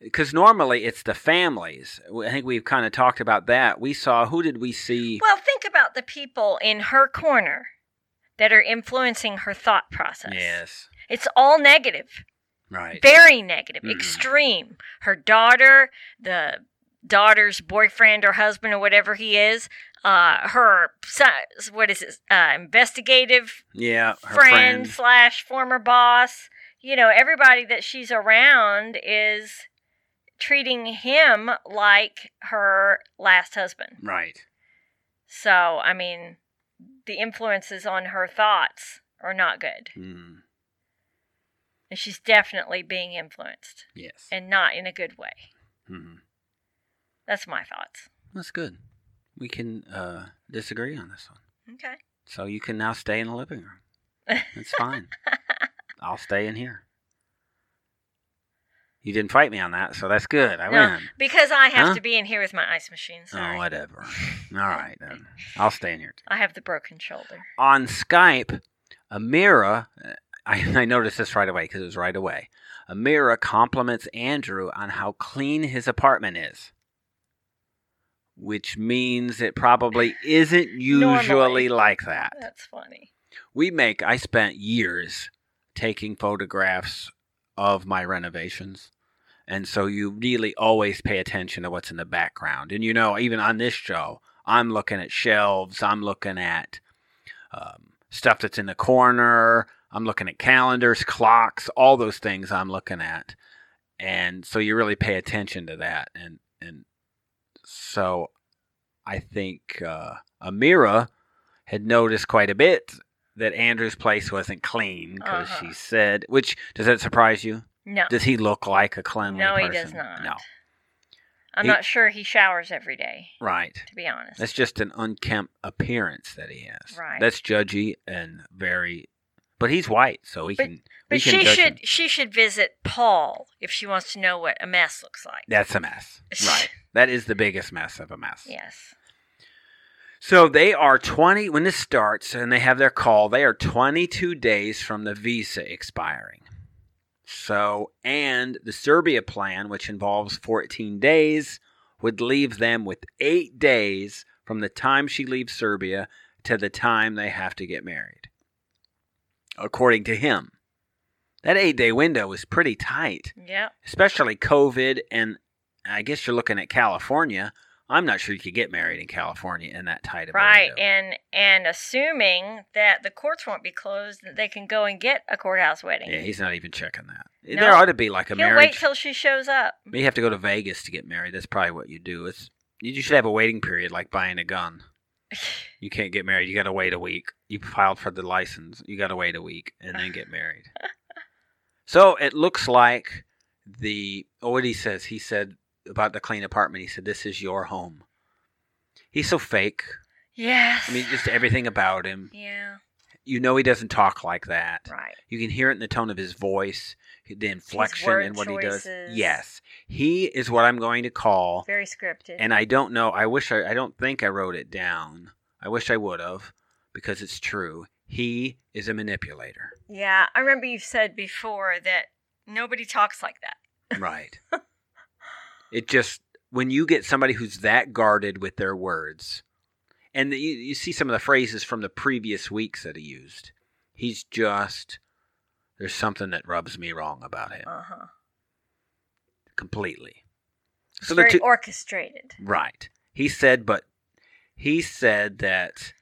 Speaker 1: Because normally it's the families. I think we've kind of talked about that. We saw who did we see?
Speaker 3: Well, think about the people in her corner that are influencing her thought process.
Speaker 1: Yes.
Speaker 3: It's all negative,
Speaker 1: Right.
Speaker 3: very negative,
Speaker 1: Mhm.
Speaker 3: extreme. Her daughter, the daughter's boyfriend or husband or whatever he is, uh, her son, what is it, uh, investigative
Speaker 1: yeah. Her
Speaker 3: friend,
Speaker 1: friend.
Speaker 3: slash former boss. You know, everybody that she's around is treating him like her last husband.
Speaker 1: Right.
Speaker 3: So, I mean, the influences on her thoughts are not good.
Speaker 1: Mm.
Speaker 3: And she's definitely being influenced
Speaker 1: Yes.
Speaker 3: and not in a good way.
Speaker 1: Mhm.
Speaker 3: That's my thoughts.
Speaker 1: That's good. We can uh, disagree on this one.
Speaker 3: Okay.
Speaker 1: So you can now stay in the living room. It's fine. I'll stay in here. You didn't fight me on that, so that's good. I
Speaker 3: No,
Speaker 1: win.
Speaker 3: because I have
Speaker 1: Huh?
Speaker 3: to be in here with my ice machine. Sorry.
Speaker 1: Oh, whatever. All right, then. I'll stay in here. too.
Speaker 3: I have the broken shoulder.
Speaker 1: on Skype, Amira, uh, I, I noticed this right away because it was right away. Amira compliments Andrew on how clean his apartment is, which means it probably isn't usually
Speaker 3: Normally. Uh,
Speaker 1: like that.
Speaker 3: That's funny.
Speaker 1: We make, I spent years taking photographs of my renovations. And so you really always pay attention to what's in the background. And you know, even on this show, I'm looking at shelves, I'm looking at um, stuff that's in the corner, I'm looking at calendars, clocks, all those things I'm looking at. And so you really pay attention to that. And, and so I think uh, Amira had noticed quite a bit that Andrew's place wasn't clean because
Speaker 3: Uh-huh.
Speaker 1: she said, which does that surprise you?
Speaker 3: No,
Speaker 1: Does he look like a cleanly
Speaker 3: No, he
Speaker 1: person?
Speaker 3: does not.
Speaker 1: No,
Speaker 3: I'm
Speaker 1: he-
Speaker 3: not sure he showers every day,
Speaker 1: right.
Speaker 3: to be honest.
Speaker 1: That's just an unkempt appearance that he has.
Speaker 3: Right.
Speaker 1: That's judgy and very, but he's white, so we
Speaker 3: But-
Speaker 1: can. we
Speaker 3: But
Speaker 1: can
Speaker 3: she
Speaker 1: judge
Speaker 3: should
Speaker 1: him.
Speaker 3: she should visit Paul if she wants to know what a mess looks like.
Speaker 1: That's a mess. Right. That is the biggest mess of a mess.
Speaker 3: Yes.
Speaker 1: So they are 20 when this starts and they have their call, they are 22 days from the visa expiring. So, and the Serbia plan, which involves 14 days, would leave them with eight days from the time she leaves Serbia to the time they have to get married, according to him. That eight day window is pretty tight
Speaker 3: Yep.
Speaker 1: especially COVID, and I guess you're looking at California. I'm not sure you could get married in California in that tight of a
Speaker 3: Right.
Speaker 1: window.
Speaker 3: And and assuming that the courts won't be closed, that they can go and get a courthouse wedding.
Speaker 1: Yeah, he's not even checking that.
Speaker 3: No.
Speaker 1: There ought to be like a
Speaker 3: He'll wait
Speaker 1: marriage.
Speaker 3: till she shows up.
Speaker 1: you have to go to Vegas to get married. That's probably what you do. It's you should have a waiting period, like buying a gun. You can't get married. You got to wait a week. You filed for the license. You got to wait a week and then get married. so it looks like the oh, what he says. He said about the clean apartment. He said, "This is your home." He's so fake.
Speaker 3: Yes.
Speaker 1: I mean, just everything about him.
Speaker 3: yeah.
Speaker 1: You know, he doesn't talk like that.
Speaker 3: Right.
Speaker 1: You can hear it in the tone of his voice, the inflection,
Speaker 3: word
Speaker 1: and what he
Speaker 3: choices.
Speaker 1: does. Yes, he is what I'm going to call
Speaker 3: Very scripted.
Speaker 1: and I don't know. I wish I. I don't think I wrote it down. I wish I would have, because it's true. He is a manipulator.
Speaker 3: yeah, I remember you said before that nobody talks like that.
Speaker 1: Right. it just when you get somebody who's that guarded with their words, and you, you see some of the phrases from the previous weeks that he used. He's just there's something that rubs me wrong about him
Speaker 3: Uh-huh.
Speaker 1: completely.
Speaker 3: It's
Speaker 1: So they're
Speaker 3: very
Speaker 1: two-
Speaker 3: orchestrated.
Speaker 1: right. He said, but he said that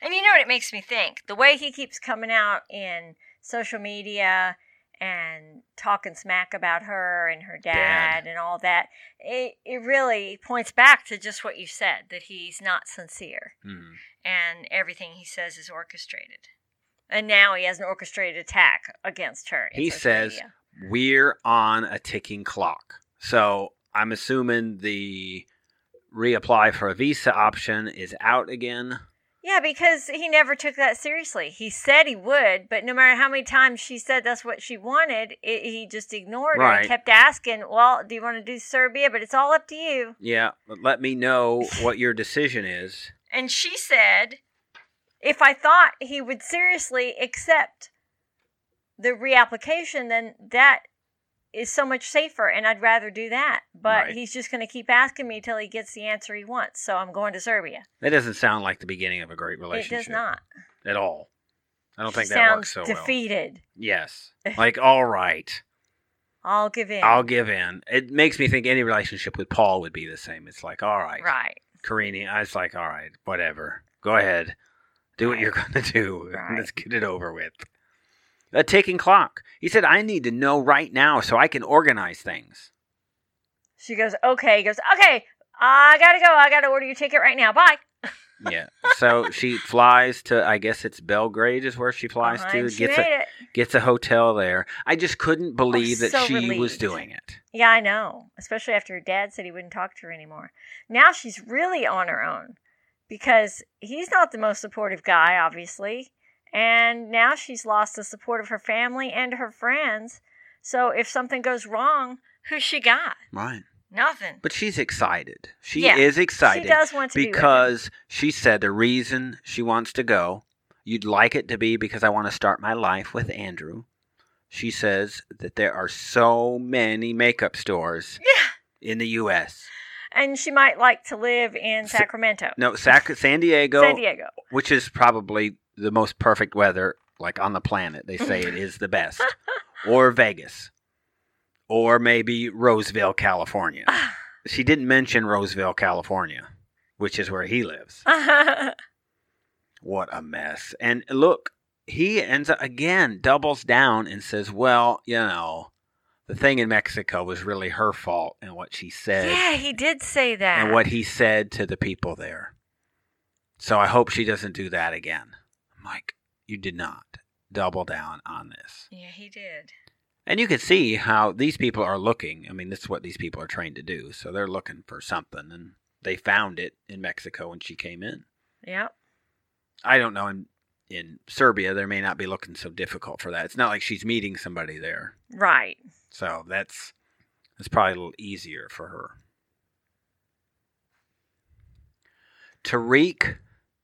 Speaker 3: And you know what it makes me think? The way he keeps coming out in social media and talking smack about her and her dad, and all that, it, it really points back to just what you said that he's not sincere
Speaker 1: Mhm.
Speaker 3: and everything he says is orchestrated. And now he has an orchestrated attack against her. in
Speaker 1: He
Speaker 3: social
Speaker 1: says-
Speaker 3: media.
Speaker 1: We're on a ticking clock. So I'm assuming the reapply for a visa option is out again.
Speaker 3: Yeah, because he never took that seriously. He said he would, but no matter how many times she said that's what she wanted, it, he just ignored her
Speaker 1: Right.
Speaker 3: and kept asking, Well, do you want to do Serbia? But it's all up to you.
Speaker 1: Yeah, but let me know what your decision is.
Speaker 3: And she said, If I thought he would seriously accept the reapplication, then that is so much safer, and I'd rather do that. But
Speaker 1: Right.
Speaker 3: he's just going to keep asking me till he gets the answer he wants. So I'm going to Serbia.
Speaker 1: That doesn't sound like the beginning of a great
Speaker 3: It
Speaker 1: relationship
Speaker 3: does not.
Speaker 1: at all. I don't think
Speaker 3: She
Speaker 1: that works so
Speaker 3: sounds
Speaker 1: well.
Speaker 3: defeated.
Speaker 1: Yes. Like, all right,
Speaker 3: I'll give in.
Speaker 1: I'll give in. It makes me think any relationship with Paul would be the same. It's like, all right,
Speaker 3: Right.
Speaker 1: Karini, I was like, all right, whatever. Go ahead. Do what
Speaker 3: Right.
Speaker 1: you're going to do.
Speaker 3: Right.
Speaker 1: Let's get it over with. A ticking clock. He said, I need to know right now so I can organize things.
Speaker 3: She goes, okay. He goes, okay. I gotta go. I gotta order your ticket right now. Bye.
Speaker 1: Yeah. so she flies to, I guess it's Belgrade is where she flies
Speaker 3: Uh-huh,
Speaker 1: to.
Speaker 3: and she
Speaker 1: Gets
Speaker 3: made
Speaker 1: a,
Speaker 3: it. Oh,
Speaker 1: gets a hotel there. I just couldn't believe that
Speaker 3: so
Speaker 1: she was
Speaker 3: relieved.
Speaker 1: doing it.
Speaker 3: Yeah, I know. Especially after her dad said he wouldn't talk to her anymore. Now she's really on her own because he's not the most supportive guy, obviously. And now she's lost the support of her family and her friends. So if something goes wrong, who's she got?
Speaker 1: Right.
Speaker 3: Nothing.
Speaker 1: But she's excited. She
Speaker 3: Yeah,
Speaker 1: is excited.
Speaker 3: she does want to be with him.
Speaker 1: because she said the reason she wants to go, you'd like it to be because I want to start my life with Andrew. She says that there are so many makeup stores
Speaker 3: Yeah.
Speaker 1: in the U.S.
Speaker 3: And she might like to live in
Speaker 1: S-
Speaker 3: Sacramento,
Speaker 1: No, Sac- San Diego,
Speaker 3: San Diego.
Speaker 1: which is probably the most perfect weather like on the planet. They say it is the best, or Vegas, or maybe Roseville, California. She didn't mention Roseville, California, which is where he lives. What a mess. And look, he ends up again, doubles down and says, Well, you know, the thing in Mexico was really her fault and what she said
Speaker 3: yeah, he did say that.
Speaker 1: and what he said to the people there. So I hope she doesn't do that again. I'm like, You did not double down on this.
Speaker 3: Yeah, he did.
Speaker 1: And you can see how these people are looking. I mean, this is what these people are trained to do. So they're looking for something and they found it in Mexico when she came in.
Speaker 3: Yep.
Speaker 1: I don't know in in Serbia there may not be looking so difficult for that. It's not like she's meeting somebody there.
Speaker 3: Right.
Speaker 1: So that's that's probably a little easier for her. Tariq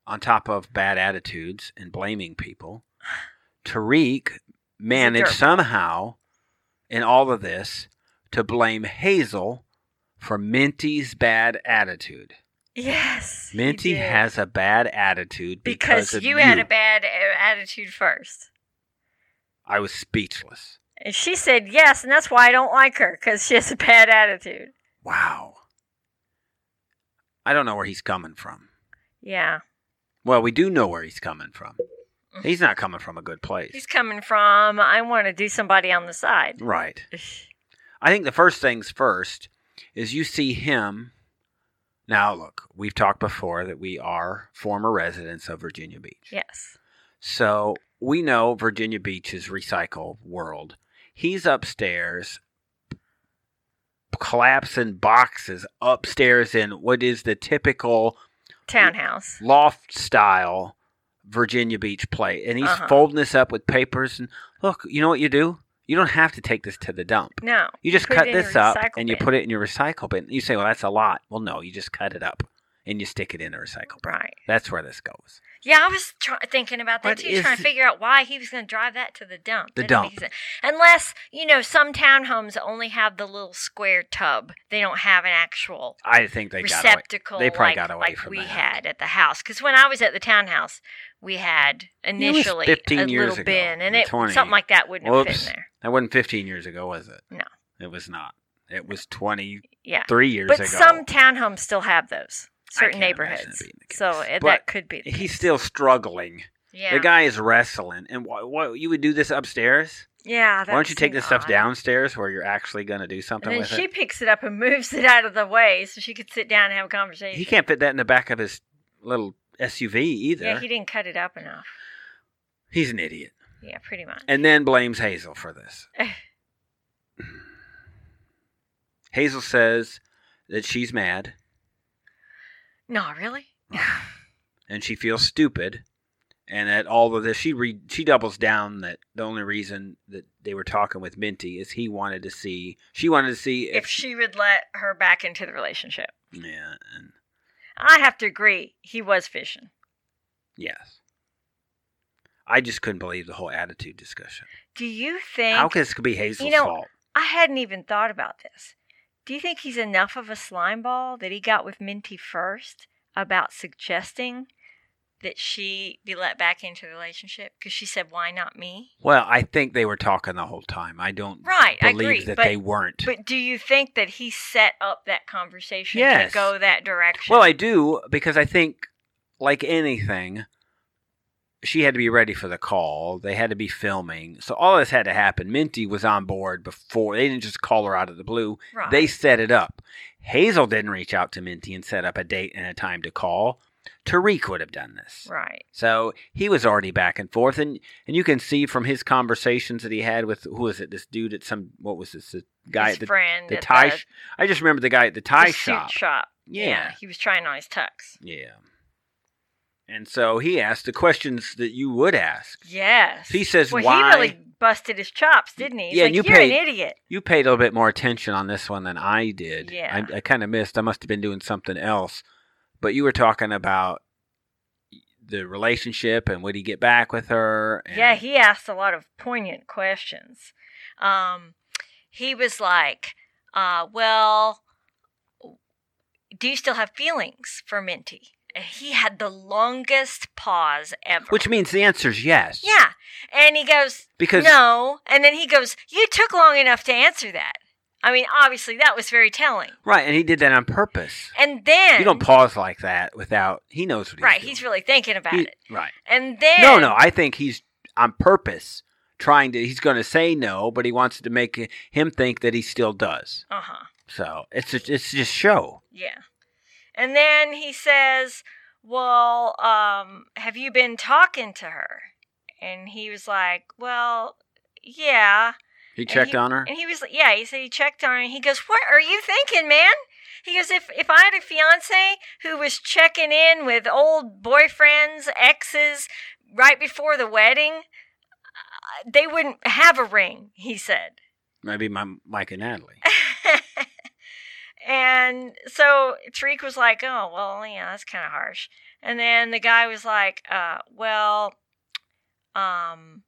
Speaker 1: on top of bad attitudes and blaming people, Tariq managed
Speaker 3: jerk.
Speaker 1: somehow in all of this to blame Hazel for Minty's bad attitude.
Speaker 3: Yes. he
Speaker 1: Minty
Speaker 3: did.
Speaker 1: has a bad attitude because,
Speaker 3: because
Speaker 1: of
Speaker 3: you had a bad uh, attitude first.
Speaker 1: I was speechless.
Speaker 3: And she said yes, and that's why I don't like her because she has a bad attitude.
Speaker 1: Wow. I don't know where he's coming from.
Speaker 3: Yeah,
Speaker 1: Well, we do know where he's coming from. He's not coming from a good place.
Speaker 3: he's coming from. I want to do somebody on the side.
Speaker 1: right. I think the first things first is you see him. Now, look, we've talked before that we are former residents of Virginia Beach.
Speaker 3: Yes.
Speaker 1: So we know Virginia Beach's recycle world. He's upstairs collapsing boxes upstairs in what is the typical
Speaker 3: Townhouse.
Speaker 1: loft style Virginia Beach play. And he's
Speaker 3: Uh-huh.
Speaker 1: folding this up with papers and look, you know what you do? You don't have to take this to the dump.
Speaker 3: No.
Speaker 1: You just
Speaker 3: Put it
Speaker 1: cut
Speaker 3: in your
Speaker 1: this up
Speaker 3: recycle
Speaker 1: and you
Speaker 3: bin.
Speaker 1: put it in your recycle bin. You say, Well, that's a lot. Well no, you just cut it up and you stick it in the recycle bin.
Speaker 3: Right.
Speaker 1: That's where this goes.
Speaker 3: Yeah, I was try- thinking about that
Speaker 1: What
Speaker 3: too,
Speaker 1: is
Speaker 3: trying to
Speaker 1: it-
Speaker 3: figure out why he was going to drive that to the dump.
Speaker 1: The
Speaker 3: That didn't make
Speaker 1: dump.
Speaker 3: sense. Unless, you know, some townhomes only have the little square tub, they don't have an actual
Speaker 1: I think they got away.
Speaker 3: receptacle
Speaker 1: They probably
Speaker 3: like,
Speaker 1: got away
Speaker 3: like
Speaker 1: from
Speaker 3: we
Speaker 1: that.
Speaker 3: had at the house because when i was at the townhouse we had initially
Speaker 1: 15
Speaker 3: a
Speaker 1: years
Speaker 3: little
Speaker 1: ago,
Speaker 3: bin and
Speaker 1: or
Speaker 3: it
Speaker 1: 20.
Speaker 3: something like that wouldn't have
Speaker 1: Whoops.
Speaker 3: fit in there
Speaker 1: That wasn't 15 years ago, was it?
Speaker 3: No.
Speaker 1: It was not. It was 23
Speaker 3: yeah
Speaker 1: years
Speaker 3: but
Speaker 1: ago.
Speaker 3: some townhomes still have those certain
Speaker 1: can't imagine that
Speaker 3: neighborhoods
Speaker 1: being the
Speaker 3: so
Speaker 1: case.
Speaker 3: it-
Speaker 1: But
Speaker 3: that could be the
Speaker 1: He's
Speaker 3: case.
Speaker 1: still struggling.
Speaker 3: yeah
Speaker 1: The guy is wrestling. And what, what you would do this upstairs?
Speaker 3: Yeah.
Speaker 1: Why don't you take
Speaker 3: the
Speaker 1: this stuff downstairs where you're actually going to do something
Speaker 3: And then
Speaker 1: with
Speaker 3: she
Speaker 1: it?
Speaker 3: picks it up and moves it out of the way so she could sit down and have a conversation.
Speaker 1: He can't fit that in the back of his little SUV either.
Speaker 3: Yeah, he didn't cut it up enough.
Speaker 1: He's an idiot.
Speaker 3: Yeah, pretty much.
Speaker 1: And then blames Hazel for this.
Speaker 3: Eh.
Speaker 1: Hazel says that she's mad
Speaker 3: no, really?
Speaker 1: and she feels stupid and that all of this she re, she doubles down that the only reason that they were talking with Minty is he wanted to see she wanted to see
Speaker 3: If she would let her back into the relationship.
Speaker 1: yeah and
Speaker 3: I have to agree, he was fishing.
Speaker 1: yes I just couldn't believe the whole attitude discussion.
Speaker 3: Do you think
Speaker 1: How could this could be Hazel's
Speaker 3: know,
Speaker 1: fault?
Speaker 3: I hadn't even thought about this. Do you think he's enough of a slime ball that he got with Minty first about suggesting that she be let back into the relationship? Because she said, Why not me?
Speaker 1: Well, I think they were talking the whole time. I don't
Speaker 3: Right, I
Speaker 1: believe
Speaker 3: agree,
Speaker 1: that
Speaker 3: but-
Speaker 1: they weren't.
Speaker 3: But do you think that he set up that conversation
Speaker 1: Yes.
Speaker 3: to go that direction?
Speaker 1: Well, I do because I think, like anything, she had to be ready for the call. They had to be filming, so all this had to happen. Minty was on board before they didn't just call her out of the blue.
Speaker 3: Right.
Speaker 1: They set it up. Hazel didn't reach out to Minty and set up a date and a time to call. Tariq would have done this.
Speaker 3: Right.
Speaker 1: So he was already back and forth, and and you can see from his conversations that he had with who was it? This dude at some what was this the guy
Speaker 3: His
Speaker 1: at the,
Speaker 3: friend
Speaker 1: the
Speaker 3: at
Speaker 1: tie?
Speaker 3: the,
Speaker 1: sh- I just remember the guy at the tie
Speaker 3: the suit
Speaker 1: shop.
Speaker 3: shop.
Speaker 1: yeah,
Speaker 3: He was trying on his tux.
Speaker 1: yeah. And so he asked the questions that you would ask.
Speaker 3: Yes.
Speaker 1: He says,
Speaker 3: well,
Speaker 1: "Why?"
Speaker 3: he really busted his chops, didn't he? He's
Speaker 1: Yeah,
Speaker 3: like,
Speaker 1: and you
Speaker 3: You're
Speaker 1: paid-
Speaker 3: an idiot.
Speaker 1: You paid a little bit more attention on this one than I did.
Speaker 3: Yeah.
Speaker 1: I, I kind of missed. I must have been doing something else. But you were talking about the relationship and would he get back with her? And
Speaker 3: Yeah, he asked a lot of poignant questions. Um, he was like, uh, "Well, do you still have feelings for Minty?" And He had the longest pause ever.
Speaker 1: Which means the answer is yes.
Speaker 3: yeah, and he goes,
Speaker 1: Because
Speaker 3: "No," and then he goes, "You took long enough to answer that." I mean, obviously that was very telling.
Speaker 1: right, and he did that on purpose.
Speaker 3: And then
Speaker 1: You don't pause like that without he knows what he's
Speaker 3: right,
Speaker 1: doing.
Speaker 3: he's really thinking about
Speaker 1: He-
Speaker 3: it.
Speaker 1: right.
Speaker 3: And then
Speaker 1: No, no, I think he's on purpose trying to. He's going to say no, but he wants to make him think that he still does.
Speaker 3: uh huh.
Speaker 1: So it's just, it's just show.
Speaker 3: Yeah. And then he says, Well, um, have you been talking to her? And he was like, Well, yeah.
Speaker 1: He
Speaker 3: he-
Speaker 1: checked on her.
Speaker 3: And he was like, Yeah, he said he checked on her and he goes, What are you thinking, man? He goes, If if I had a fiance who was checking in with old boyfriends, exes right before the wedding, uh, they wouldn't have a ring, he said.
Speaker 1: Maybe my Mike and Natalie.
Speaker 3: and so Tariq was like, "Oh, well, yeah, that's kind of harsh." And then the guy was like, uh, "Well, um,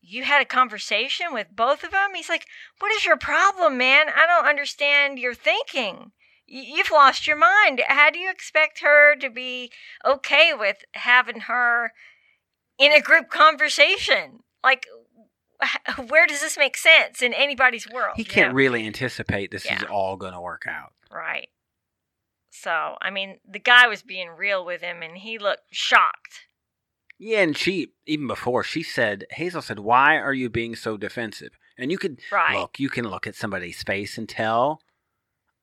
Speaker 3: you had a conversation with both of them." He's like, "What is your problem, man? I don't understand your thinking. Y- You've lost your mind. How do you expect her to be okay with having her in a group conversation? Like, where does this make sense in anybody's world?"
Speaker 1: He
Speaker 3: you
Speaker 1: can't
Speaker 3: know?
Speaker 1: really anticipate this is
Speaker 3: Yeah.
Speaker 1: all going to work out.
Speaker 3: Right. So, I mean, the guy was being real with him and he looked shocked.
Speaker 1: Yeah, and she even before she said Hazel said, "Why are you being so defensive?" And you could
Speaker 3: Right.
Speaker 1: look, you can look at somebody's face and tell.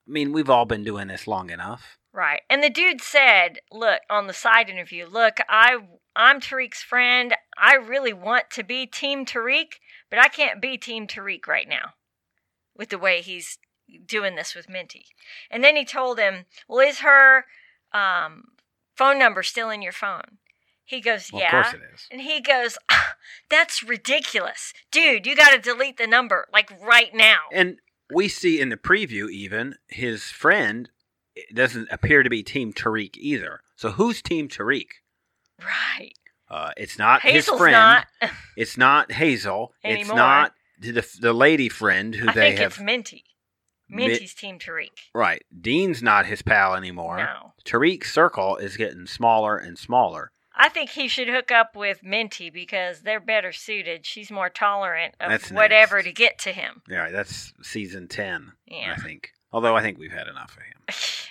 Speaker 1: I mean, we've all been doing this long enough.
Speaker 3: Right. And the dude said, "Look, on the side interview, look, I I'm Tariq's friend. I really want to be team Tariq, but I can't be team Tariq right now with the way he's doing this with Minty." And then he told him, "Well, is her um, phone number still in your phone?" He goes,
Speaker 1: Well,
Speaker 3: "Yeah."
Speaker 1: of course it is.
Speaker 3: And he goes, "Ah, That's ridiculous. Dude, you got to delete the number like right now.
Speaker 1: And we see in the preview even his friend doesn't appear to be Team Tariq either. So who's Team Tariq?
Speaker 3: Right.
Speaker 1: Uh, it's not his
Speaker 3: Hazel's
Speaker 1: friend.
Speaker 3: not.
Speaker 1: It's not Hazel. It's
Speaker 3: Anymore.
Speaker 1: not the the lady friend who
Speaker 3: I
Speaker 1: they
Speaker 3: think
Speaker 1: have.
Speaker 3: it's Minty.
Speaker 1: Mi-
Speaker 3: Minty's team Tariq.
Speaker 1: right. Dean's not his pal anymore.
Speaker 3: No.
Speaker 1: Tariq's circle is getting smaller and smaller.
Speaker 3: I think he should hook up with Minty because they're better suited. She's more tolerant of
Speaker 1: That's
Speaker 3: whatever
Speaker 1: next.
Speaker 3: to get to him.
Speaker 1: Yeah, that's season ten.
Speaker 3: Yeah.
Speaker 1: I think. Although I think we've had enough of him.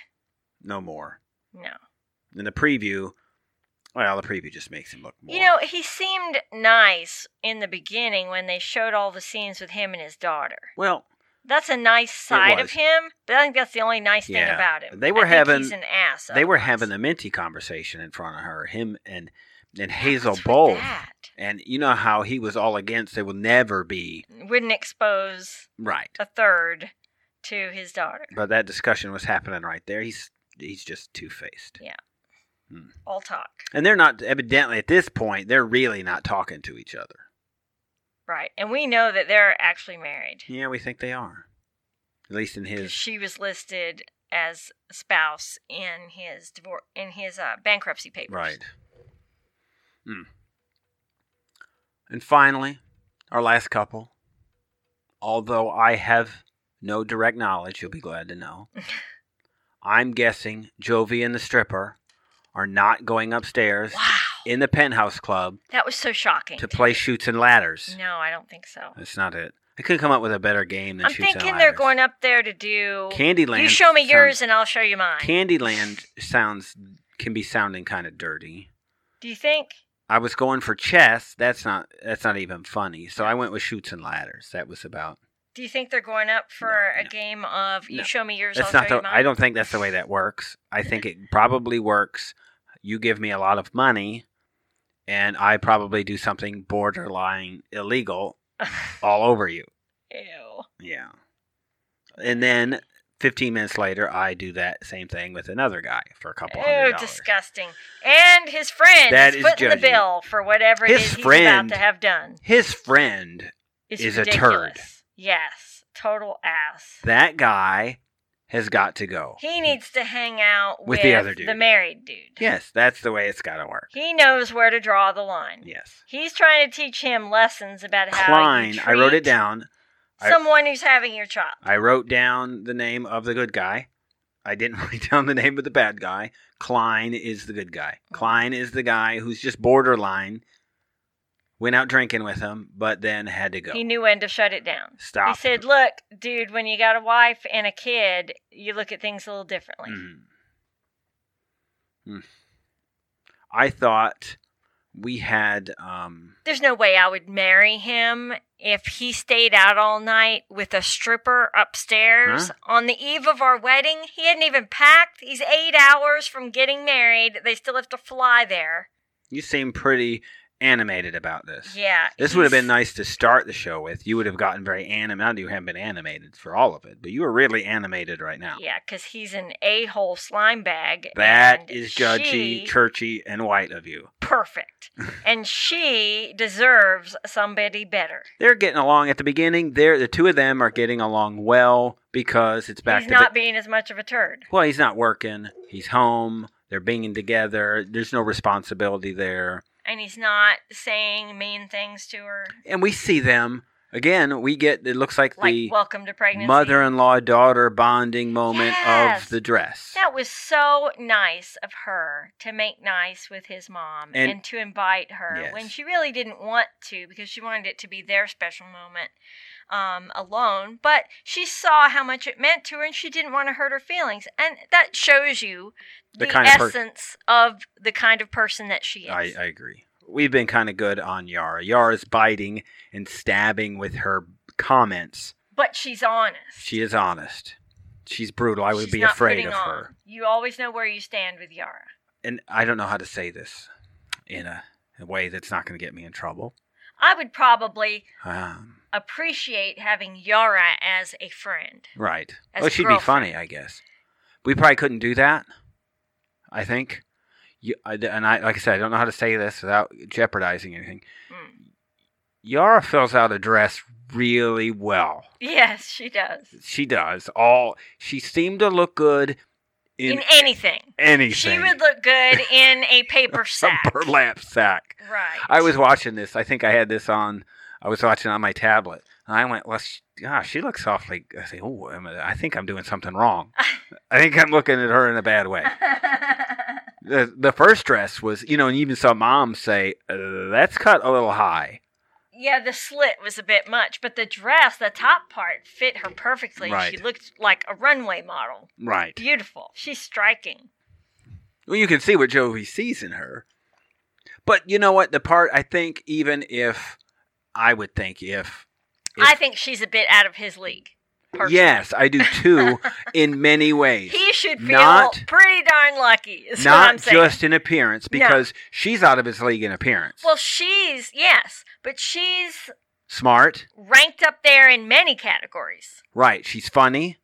Speaker 1: No more.
Speaker 3: no.
Speaker 1: in the preview, Well, the preview just makes him look more.
Speaker 3: You know, he seemed nice in the beginning when they showed all the scenes with him and his daughter.
Speaker 1: well,
Speaker 3: That's a nice side
Speaker 1: was.
Speaker 3: of him, but I think that's the only nice thing
Speaker 1: Yeah.
Speaker 3: about him.
Speaker 1: They were
Speaker 3: I think
Speaker 1: having-
Speaker 3: he's an ass.
Speaker 1: they were
Speaker 3: otherwise.
Speaker 1: having the Minty conversation in front of her, him and and
Speaker 3: What's
Speaker 1: Hazel
Speaker 3: with
Speaker 1: both.
Speaker 3: that?
Speaker 1: And you know how he was all against it will never be
Speaker 3: Wouldn't expose
Speaker 1: right.
Speaker 3: a third to his daughter.
Speaker 1: But that discussion was happening right there. He's he's just two faced.
Speaker 3: All talk,
Speaker 1: And they're not evidently at this point, they're really not talking to each other.
Speaker 3: right? And we know that they're actually married.
Speaker 1: Yeah, we think they are. At least in
Speaker 3: 'cause
Speaker 1: his
Speaker 3: She was listed as a spouse in his divorce in his uh, bankruptcy papers.
Speaker 1: Right. Mm. And finally, our last couple. Although I have no direct knowledge, you'll be glad to know. I'm guessing Jovi and the stripper are not going upstairs
Speaker 3: Wow,
Speaker 1: in the penthouse club
Speaker 3: that was so shocking.
Speaker 1: to play shoots and ladders.
Speaker 3: No, I don't think so.
Speaker 1: That's not it. I couldn't come up with a better game than
Speaker 3: I'm
Speaker 1: shoots and
Speaker 3: thinking
Speaker 1: ladders.
Speaker 3: they're going up there to do.
Speaker 1: Candyland.
Speaker 3: you show me
Speaker 1: sounds-
Speaker 3: yours, and I'll show you mine.
Speaker 1: Candyland sounds can be sounding kind of dirty.
Speaker 3: Do you think?
Speaker 1: I was going for chess. That's not that's not even funny. So I went with shoots and ladders. That was about.
Speaker 3: Do you think they're going up for a
Speaker 1: no.
Speaker 3: game of you
Speaker 1: No.
Speaker 3: show me yours,
Speaker 1: That's
Speaker 3: I'll
Speaker 1: not the.
Speaker 3: show you mine?
Speaker 1: I don't think that's the way that works. I think it probably works. You give me a lot of money, and I probably do something borderline illegal all over you.
Speaker 3: Ew.
Speaker 1: Yeah. And then 15 minutes later, I do that same thing with another guy for a couple hundred
Speaker 3: Ew,
Speaker 1: dollars.
Speaker 3: disgusting. And his friend
Speaker 1: That is
Speaker 3: is footing
Speaker 1: judging.
Speaker 3: the bill for whatever it
Speaker 1: His
Speaker 3: is he's
Speaker 1: friend-
Speaker 3: about to have done.
Speaker 1: His friend
Speaker 3: It's
Speaker 1: is a turd.
Speaker 3: ridiculous. Yes, total ass.
Speaker 1: that guy has got to go.
Speaker 3: he needs to hang out with,
Speaker 1: With the other dude.
Speaker 3: the married dude.
Speaker 1: Yes, that's the way it's got to work.
Speaker 3: He knows where to draw the line.
Speaker 1: Yes.
Speaker 3: He's trying to teach him lessons about how you
Speaker 1: Klein, I wrote it
Speaker 3: treat
Speaker 1: down. I-
Speaker 3: Someone who's having your child.
Speaker 1: I wrote down the name of the good guy. I didn't write down the name of the bad guy. Klein is the good guy.
Speaker 3: Mm.
Speaker 1: Klein is the guy who's just borderline. Went out drinking with him, but then had to go.
Speaker 3: He knew when to shut it down. He
Speaker 1: Stop.
Speaker 3: said, "Look, dude, when you got a wife and a kid, you look at things a little differently."
Speaker 1: Mhm. Mm. I thought we had. Um,
Speaker 3: There's no way I would marry him if he stayed out all night with a stripper upstairs
Speaker 1: Huh?
Speaker 3: on the eve of our wedding. He hadn't even packed. He's eight hours from getting married. They still have to fly there.
Speaker 1: you seem pretty animated about this.
Speaker 3: Yeah,
Speaker 1: This would have
Speaker 3: he's-
Speaker 1: been nice to start the show with. You would have gotten very animated. Now you haven't been animated for all of it, but you are really animated right now.
Speaker 3: Yeah, because he's an a-hole slime bag.
Speaker 1: That
Speaker 3: and
Speaker 1: is judgy,
Speaker 3: she-
Speaker 1: churchy, and white of you.
Speaker 3: perfect, and she deserves somebody better.
Speaker 1: They're getting along at the beginning. They're the two of them are getting along well because it's back
Speaker 3: he's
Speaker 1: to
Speaker 3: not
Speaker 1: the,
Speaker 3: being as much of a turd.
Speaker 1: well, he's not working. He's home. They're being together. There's no responsibility there,
Speaker 3: and he's not saying mean things to her,
Speaker 1: and we see them again. We get it looks like,
Speaker 3: like
Speaker 1: the
Speaker 3: "Welcome to pregnancy."
Speaker 1: mother-in-law daughter bonding moment
Speaker 3: Yes.
Speaker 1: of the dress.
Speaker 3: That was so nice of her to make nice with his mom and,
Speaker 1: And-
Speaker 3: to invite her
Speaker 1: Yes.
Speaker 3: when she really didn't want to because she wanted it to be their special moment um, alone. But she saw how much it meant to her and she didn't want to hurt her feelings. And that shows you
Speaker 1: The
Speaker 3: the,
Speaker 1: kind of per-
Speaker 3: essence of, the kind of person that she is.
Speaker 1: I, uh, I agree. We've been kind of good on Yara. Yara's biting and stabbing with her comments.
Speaker 3: but she's honest.
Speaker 1: She is honest. She's brutal. I would
Speaker 3: She's
Speaker 1: be
Speaker 3: not
Speaker 1: afraid
Speaker 3: putting
Speaker 1: of
Speaker 3: on.
Speaker 1: her.
Speaker 3: You always know where you stand with Yara.
Speaker 1: And I don't know how to say this in a, a way that's not going to get me in trouble.
Speaker 3: I would probably
Speaker 1: Um,
Speaker 3: appreciate having Yara as a friend.
Speaker 1: right.
Speaker 3: As
Speaker 1: well,
Speaker 3: a
Speaker 1: Oh, she'd be
Speaker 3: girlfriend.
Speaker 1: funny, I guess. We probably couldn't do that. I think. You, I, and I, like I said, I don't know how to say this without jeopardizing anything.
Speaker 3: Mm.
Speaker 1: Yara fills out a dress really well.
Speaker 3: Yes, she does.
Speaker 1: She does. All she seemed to look good
Speaker 3: In,
Speaker 1: in,
Speaker 3: anything.
Speaker 1: anything.
Speaker 3: She would look good in a paper sack.
Speaker 1: a burlap sack.
Speaker 3: Right.
Speaker 1: I was watching this. I think I had this on. I was watching on my tablet. And I went, "Well, she, gosh, she looks awfully." I say, "Oh, am I I think I'm doing something wrong. I think I'm looking at her in a bad way." The, the first dress was, you know, and even saw mom say, uh, "That's cut a little high."
Speaker 3: yeah, the slit was a bit much, but the dress, the top part, fit her perfectly.
Speaker 1: Right.
Speaker 3: She looked like a runway model.
Speaker 1: Right.
Speaker 3: Beautiful. She's striking.
Speaker 1: Well, you can see what Jovi sees in her. But you know what? The part I think, even if I would think if, if
Speaker 3: I think she's a bit out of his league. personally.
Speaker 1: yes, I do too, in many ways.
Speaker 3: He should feel
Speaker 1: Not-
Speaker 3: pretty darn lucky. Is what I'm
Speaker 1: Not
Speaker 3: saying.
Speaker 1: just in appearance, because she's out of his league in appearance.
Speaker 3: well, she's yes, but she's
Speaker 1: Smart,
Speaker 3: ranked up there in many categories.
Speaker 1: right? She's funny.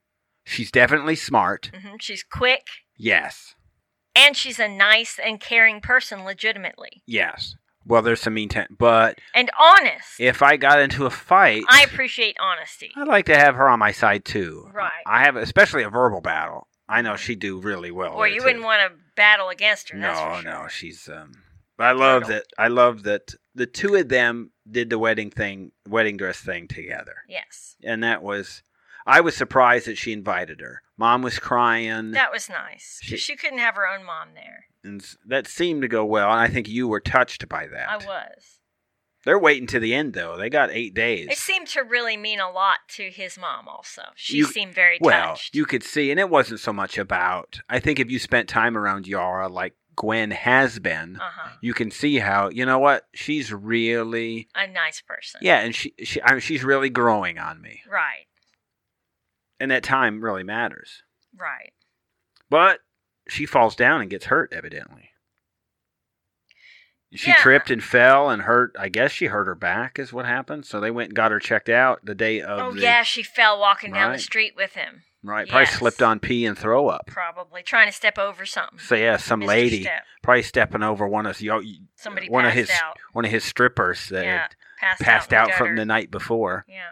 Speaker 1: She's definitely smart.
Speaker 3: hmm She's quick,
Speaker 1: Yes,
Speaker 3: and she's a nice and caring person, legitimately
Speaker 1: yes. Well, there's some mean intent, but
Speaker 3: and honest.
Speaker 1: if I got into a fight,
Speaker 3: I appreciate honesty.
Speaker 1: I'd like to have her on my side too.
Speaker 3: Right.
Speaker 1: I have, especially a verbal battle. I know she do really well.
Speaker 3: Or
Speaker 1: there,
Speaker 3: you
Speaker 1: too.
Speaker 3: wouldn't want to battle against her. That's
Speaker 1: No,
Speaker 3: for sure.
Speaker 1: no, she's. um I love
Speaker 3: Brutal.
Speaker 1: that. I love that the two of them did the wedding thing, wedding dress thing together,
Speaker 3: Yes,
Speaker 1: and that was. I was surprised that she invited her. Mom was crying,
Speaker 3: that was nice. 'cause
Speaker 1: She-
Speaker 3: She, couldn't have her own mom there.
Speaker 1: and s- that seemed to go well. And I think you were touched by that.
Speaker 3: I was.
Speaker 1: They're waiting to the end though. They got eight days.
Speaker 3: It seemed to really mean a lot to his mom. Also, she
Speaker 1: You-
Speaker 3: seemed very
Speaker 1: well,
Speaker 3: touched.
Speaker 1: you could see, and it wasn't so much about. I think if you spent time around Yara like Gwen has been,
Speaker 3: uh huh.
Speaker 1: you can see how you know what she's really
Speaker 3: A nice person.
Speaker 1: Yeah, and she she I mean, she's really growing on me,
Speaker 3: Right.
Speaker 1: and that time really matters.
Speaker 3: Right.
Speaker 1: But she falls down and gets hurt, evidently. She
Speaker 3: Yeah.
Speaker 1: tripped and fell and hurt. I guess she hurt her back is what happened. So they went and got her checked out the day of.
Speaker 3: Oh
Speaker 1: the,
Speaker 3: yeah, she fell walking down the
Speaker 1: Right.
Speaker 3: street with him,
Speaker 1: right. Probably
Speaker 3: yes.
Speaker 1: slipped on pee and throw up.
Speaker 3: probably trying to step over something.
Speaker 1: So yeah, some
Speaker 3: Missed a
Speaker 1: lady
Speaker 3: step.
Speaker 1: probably stepping over one of yo,
Speaker 3: Somebody
Speaker 1: one of
Speaker 3: passed
Speaker 1: his
Speaker 3: out.
Speaker 1: one of his strippers that
Speaker 3: Yeah,
Speaker 1: had
Speaker 3: Passed,
Speaker 1: passed out,
Speaker 3: in
Speaker 1: from the
Speaker 3: gutter.
Speaker 1: night before.
Speaker 3: Yeah.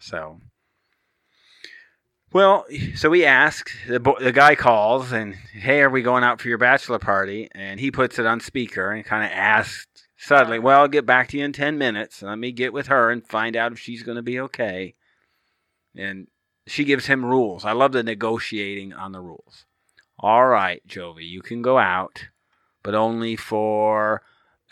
Speaker 1: So, well, so we asked the bo- the guy calls and hey, are we going out for your bachelor party? And he puts it on speaker and kind of asks suddenly,
Speaker 3: Uh-huh.
Speaker 1: well, I'll get back to you in ten minutes. Let me get with her and find out if she's going to be okay. And she gives him rules. I love the negotiating on the rules. All right, Jovi, you can go out, but only for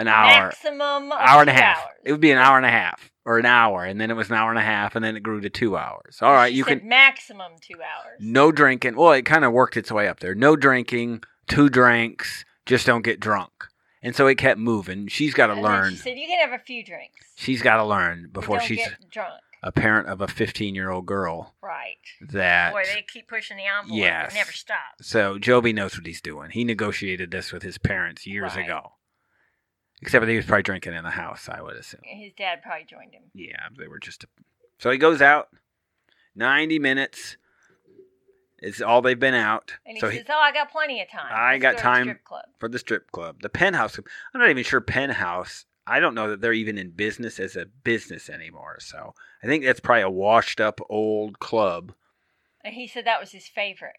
Speaker 1: an hour
Speaker 3: Maximum of
Speaker 1: hour and a
Speaker 3: two
Speaker 1: half.
Speaker 3: hours.
Speaker 1: It would be an hour and a half or an hour, and then it was an hour and a half, and then it grew to two hours. All right,
Speaker 3: She
Speaker 1: you
Speaker 3: said
Speaker 1: can
Speaker 3: maximum two hours.
Speaker 1: no drinking. Well, it kind of worked its way up there. No drinking, two drinks, just don't get drunk. And so it kept moving. She's got to
Speaker 3: And then
Speaker 1: learn.
Speaker 3: She said you can have a few drinks but
Speaker 1: She's got to learn before
Speaker 3: don't
Speaker 1: she's
Speaker 3: get drunk.
Speaker 1: a parent of a 15 year old girl
Speaker 3: Right.
Speaker 1: that.
Speaker 3: Boy, they keep pushing the envelope.
Speaker 1: Yes.
Speaker 3: It never stops.
Speaker 1: So Joby knows what he's doing. He negotiated this with his parents years
Speaker 3: Right.
Speaker 1: ago. Except that he was probably drinking in the house, I would assume.
Speaker 3: His dad probably joined him.
Speaker 1: Yeah, they were just. So he goes out, 90 minutes is all they've been out.
Speaker 3: And he
Speaker 1: So he,
Speaker 3: says, "Oh, I got plenty of time.
Speaker 1: I
Speaker 3: Let's
Speaker 1: got
Speaker 3: go to the
Speaker 1: time.
Speaker 3: Strip club.
Speaker 1: for the strip club, the penthouse. I'm not even sure penthouse. I don't know that they're even in business as a business anymore. So I think that's probably a washed up old club.
Speaker 3: And he said that was his favorite.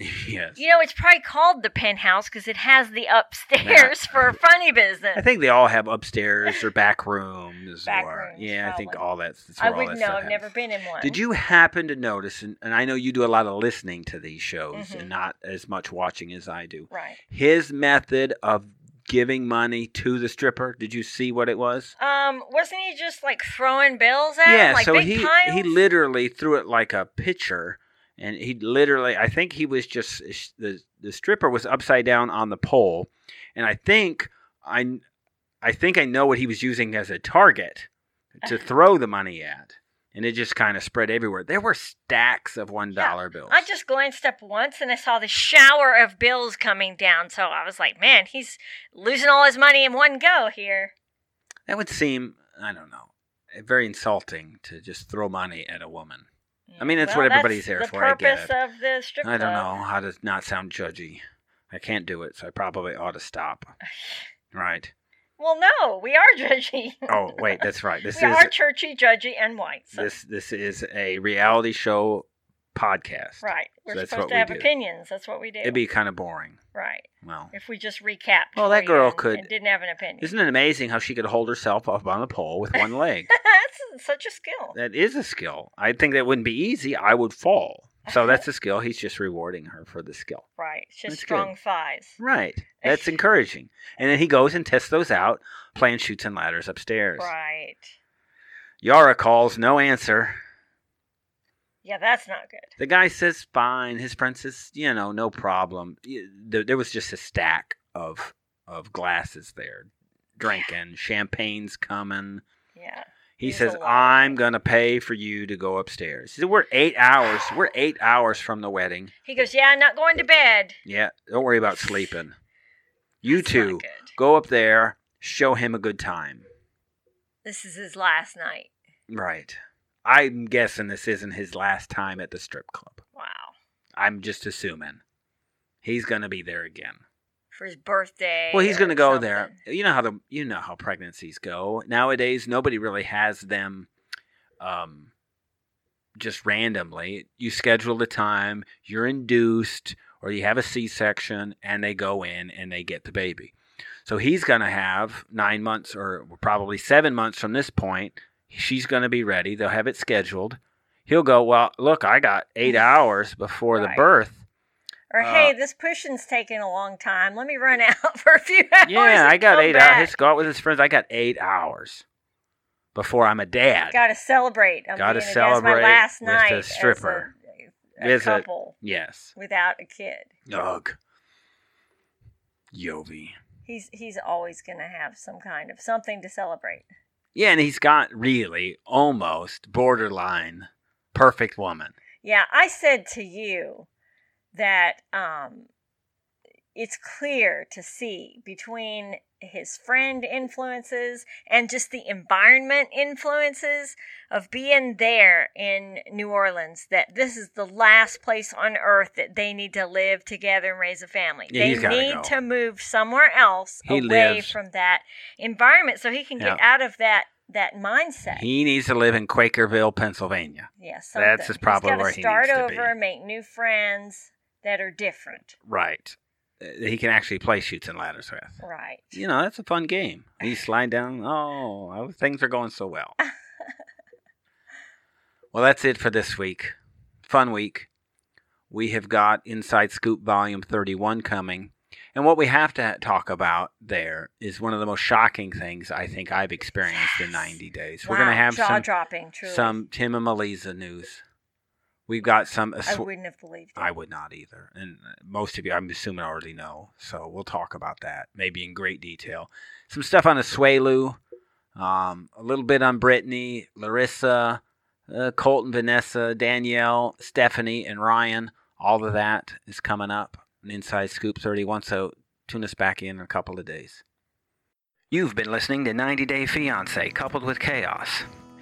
Speaker 1: yes.
Speaker 3: You know, it's probably called the penthouse because it has the upstairs for funny business.
Speaker 1: I think they all have upstairs or back rooms.
Speaker 3: Back
Speaker 1: or,
Speaker 3: rooms,
Speaker 1: yeah, I think
Speaker 3: probably.
Speaker 1: all that's. that's
Speaker 3: I
Speaker 1: where all that
Speaker 3: wouldn't know.
Speaker 1: stuff
Speaker 3: I've
Speaker 1: happens.
Speaker 3: never been in one.
Speaker 1: Did you happen to notice, and, and I know you do a lot of listening to these shows
Speaker 3: Mhm.
Speaker 1: and not as much watching as I do.
Speaker 3: Right.
Speaker 1: his method of giving money to the stripper. Did you see what it was?
Speaker 3: Um, wasn't he just like throwing bills at him, like
Speaker 1: so
Speaker 3: big
Speaker 1: he
Speaker 3: piles?
Speaker 1: he literally threw it like a pitcher, and he literally. I think he was just the the stripper was upside down on the pole, and I think I I think I know what he was using as a target to throw the money at. And it just kind of spread everywhere. There were stacks of one dollar bills.
Speaker 3: I just glanced up once and I saw the shower of bills coming down. So I was like, man, he's losing all his money in one go here.
Speaker 1: that would seem I don't know very insulting to just throw money at a woman. I mean, that's
Speaker 3: Well,
Speaker 1: what everybody's there
Speaker 3: the
Speaker 1: for, I get
Speaker 3: purpose
Speaker 1: it.
Speaker 3: of the strip
Speaker 1: I don't
Speaker 3: club.
Speaker 1: know how to not sound judgy. I can't do it, so I probably ought to stop. Right.
Speaker 3: Well, no, we are judgy.
Speaker 1: Oh, wait, that's right. This
Speaker 3: we
Speaker 1: is
Speaker 3: are churchy, judgy, and white. So.
Speaker 1: this this is a reality show podcast.
Speaker 3: right. We're
Speaker 1: that's what
Speaker 3: supposed to
Speaker 1: we
Speaker 3: have
Speaker 1: do.
Speaker 3: opinions. That's what we do.
Speaker 1: It'd be kind of boring.
Speaker 3: right.
Speaker 1: Well,
Speaker 3: If we just recapped.
Speaker 1: Well, that
Speaker 3: for you
Speaker 1: girl
Speaker 3: and-
Speaker 1: could-
Speaker 3: and didn't have an opinion.
Speaker 1: isn't it amazing how she could hold herself up on a pole with one leg?
Speaker 3: that's such a skill.
Speaker 1: that is a skill. I think that wouldn't be easy. I would fall. So that's a skill. He's just rewarding her for the skill.
Speaker 3: Right. It's just
Speaker 1: That's good.
Speaker 3: strong thighs.
Speaker 1: Right. That's encouraging. And then he goes and tests those out, playing shoots and ladders upstairs.
Speaker 3: Right.
Speaker 1: Yara calls, no answer.
Speaker 3: Yeah, that's not good.
Speaker 1: The guy says, fine. His friend says, you know, no problem. Y- There there was just a stack of of glasses there, drinking, champagne's coming.
Speaker 3: Yeah.
Speaker 1: He
Speaker 3: He's
Speaker 1: says,
Speaker 3: alive.
Speaker 1: "I'm gonna pay for you to go upstairs." He said, "We're eight hours. We're eight hours from the wedding.
Speaker 3: He goes, Yeah, I'm not going to bed.
Speaker 1: Yeah, don't worry about sleeping. You
Speaker 3: That's not
Speaker 1: two,
Speaker 3: good.
Speaker 1: go up there, show him a good time."
Speaker 3: This is his last night.
Speaker 1: Right. I'm guessing this isn't his last time at the strip club.
Speaker 3: Wow.
Speaker 1: I'm just assuming he's gonna be there again.
Speaker 3: For his birthday.
Speaker 1: Well, he's
Speaker 3: or
Speaker 1: going to go
Speaker 3: something.
Speaker 1: there. You know how the you know how pregnancies go nowadays. Nobody really has them, um, just randomly. You schedule the time. You're induced, or you have a C-section, and they go in and they get the baby. So he's going to have nine months, or probably seven months from this point. She's going to be ready. They'll have it scheduled. He'll go. Well, look, I got eight hours before the
Speaker 3: Right.
Speaker 1: birth.
Speaker 3: Or
Speaker 1: Uh,
Speaker 3: hey, this pushing's taking a long time. Let me run out for a few hours.
Speaker 1: Yeah,
Speaker 3: and
Speaker 1: I got
Speaker 3: come
Speaker 1: eight
Speaker 3: back.
Speaker 1: hours. His, go out with his friends. I got eight hours before I'm a dad.
Speaker 3: Got to celebrate. I'm
Speaker 1: Gotta
Speaker 3: being-
Speaker 1: celebrate
Speaker 3: that's my last
Speaker 1: with a
Speaker 3: night
Speaker 1: stripper.
Speaker 3: As a, a
Speaker 1: Is it-
Speaker 3: couple
Speaker 1: yes.
Speaker 3: without a kid.
Speaker 1: Ugh. Yovi.
Speaker 3: He's he's always going to have some kind of something to celebrate.
Speaker 1: Yeah, and he's got really almost borderline perfect woman.
Speaker 3: Yeah, I said to you that um, it's clear to see between his friend influences and just the environment influences of being there in New Orleans that this is the last place on earth that they need to live together and raise a family.
Speaker 1: Yeah, he's
Speaker 3: they
Speaker 1: gotta
Speaker 3: need
Speaker 1: go.
Speaker 3: to move somewhere else
Speaker 1: He
Speaker 3: away
Speaker 1: lives-
Speaker 3: from that environment so he can get out of that that mindset.
Speaker 1: He needs to live in Quakerville, Pennsylvania.
Speaker 3: Yeah, something.
Speaker 1: That's just probably
Speaker 3: He's gotta
Speaker 1: where he
Speaker 3: start
Speaker 1: needs to
Speaker 3: over,
Speaker 1: be.
Speaker 3: make new friends that are different.
Speaker 1: Right. Uh, He can actually play shoots and ladders with.
Speaker 3: Right.
Speaker 1: You know, that's a fun game. You slide down. Oh, I- things are going so well. well, that's it for this week. Fun week. We have got Inside Scoop Volume 31 coming. And what we have to talk about there is one of the most shocking things I think I've experienced in
Speaker 3: Yes.
Speaker 1: 90 days.
Speaker 3: wow,
Speaker 1: We're going to have
Speaker 3: jaw
Speaker 1: some,
Speaker 3: dropping. Truly,
Speaker 1: some Tim and Melisa news. We've got some.
Speaker 3: I
Speaker 1: asw-
Speaker 3: wouldn't have believed it.
Speaker 1: I would not either. And uh, most of you, I'm assuming, already know. So we'll talk about that maybe in great detail. Some stuff on Asuelu, um, a little bit on Brittany, Larissa, uh, Colton, Vanessa, Danielle, Stephanie, and Ryan. All of that is coming up on Inside Scoop 31. So tune us back in in a couple of days. You've been listening to 90 Day Fiancé Coupled with Chaos.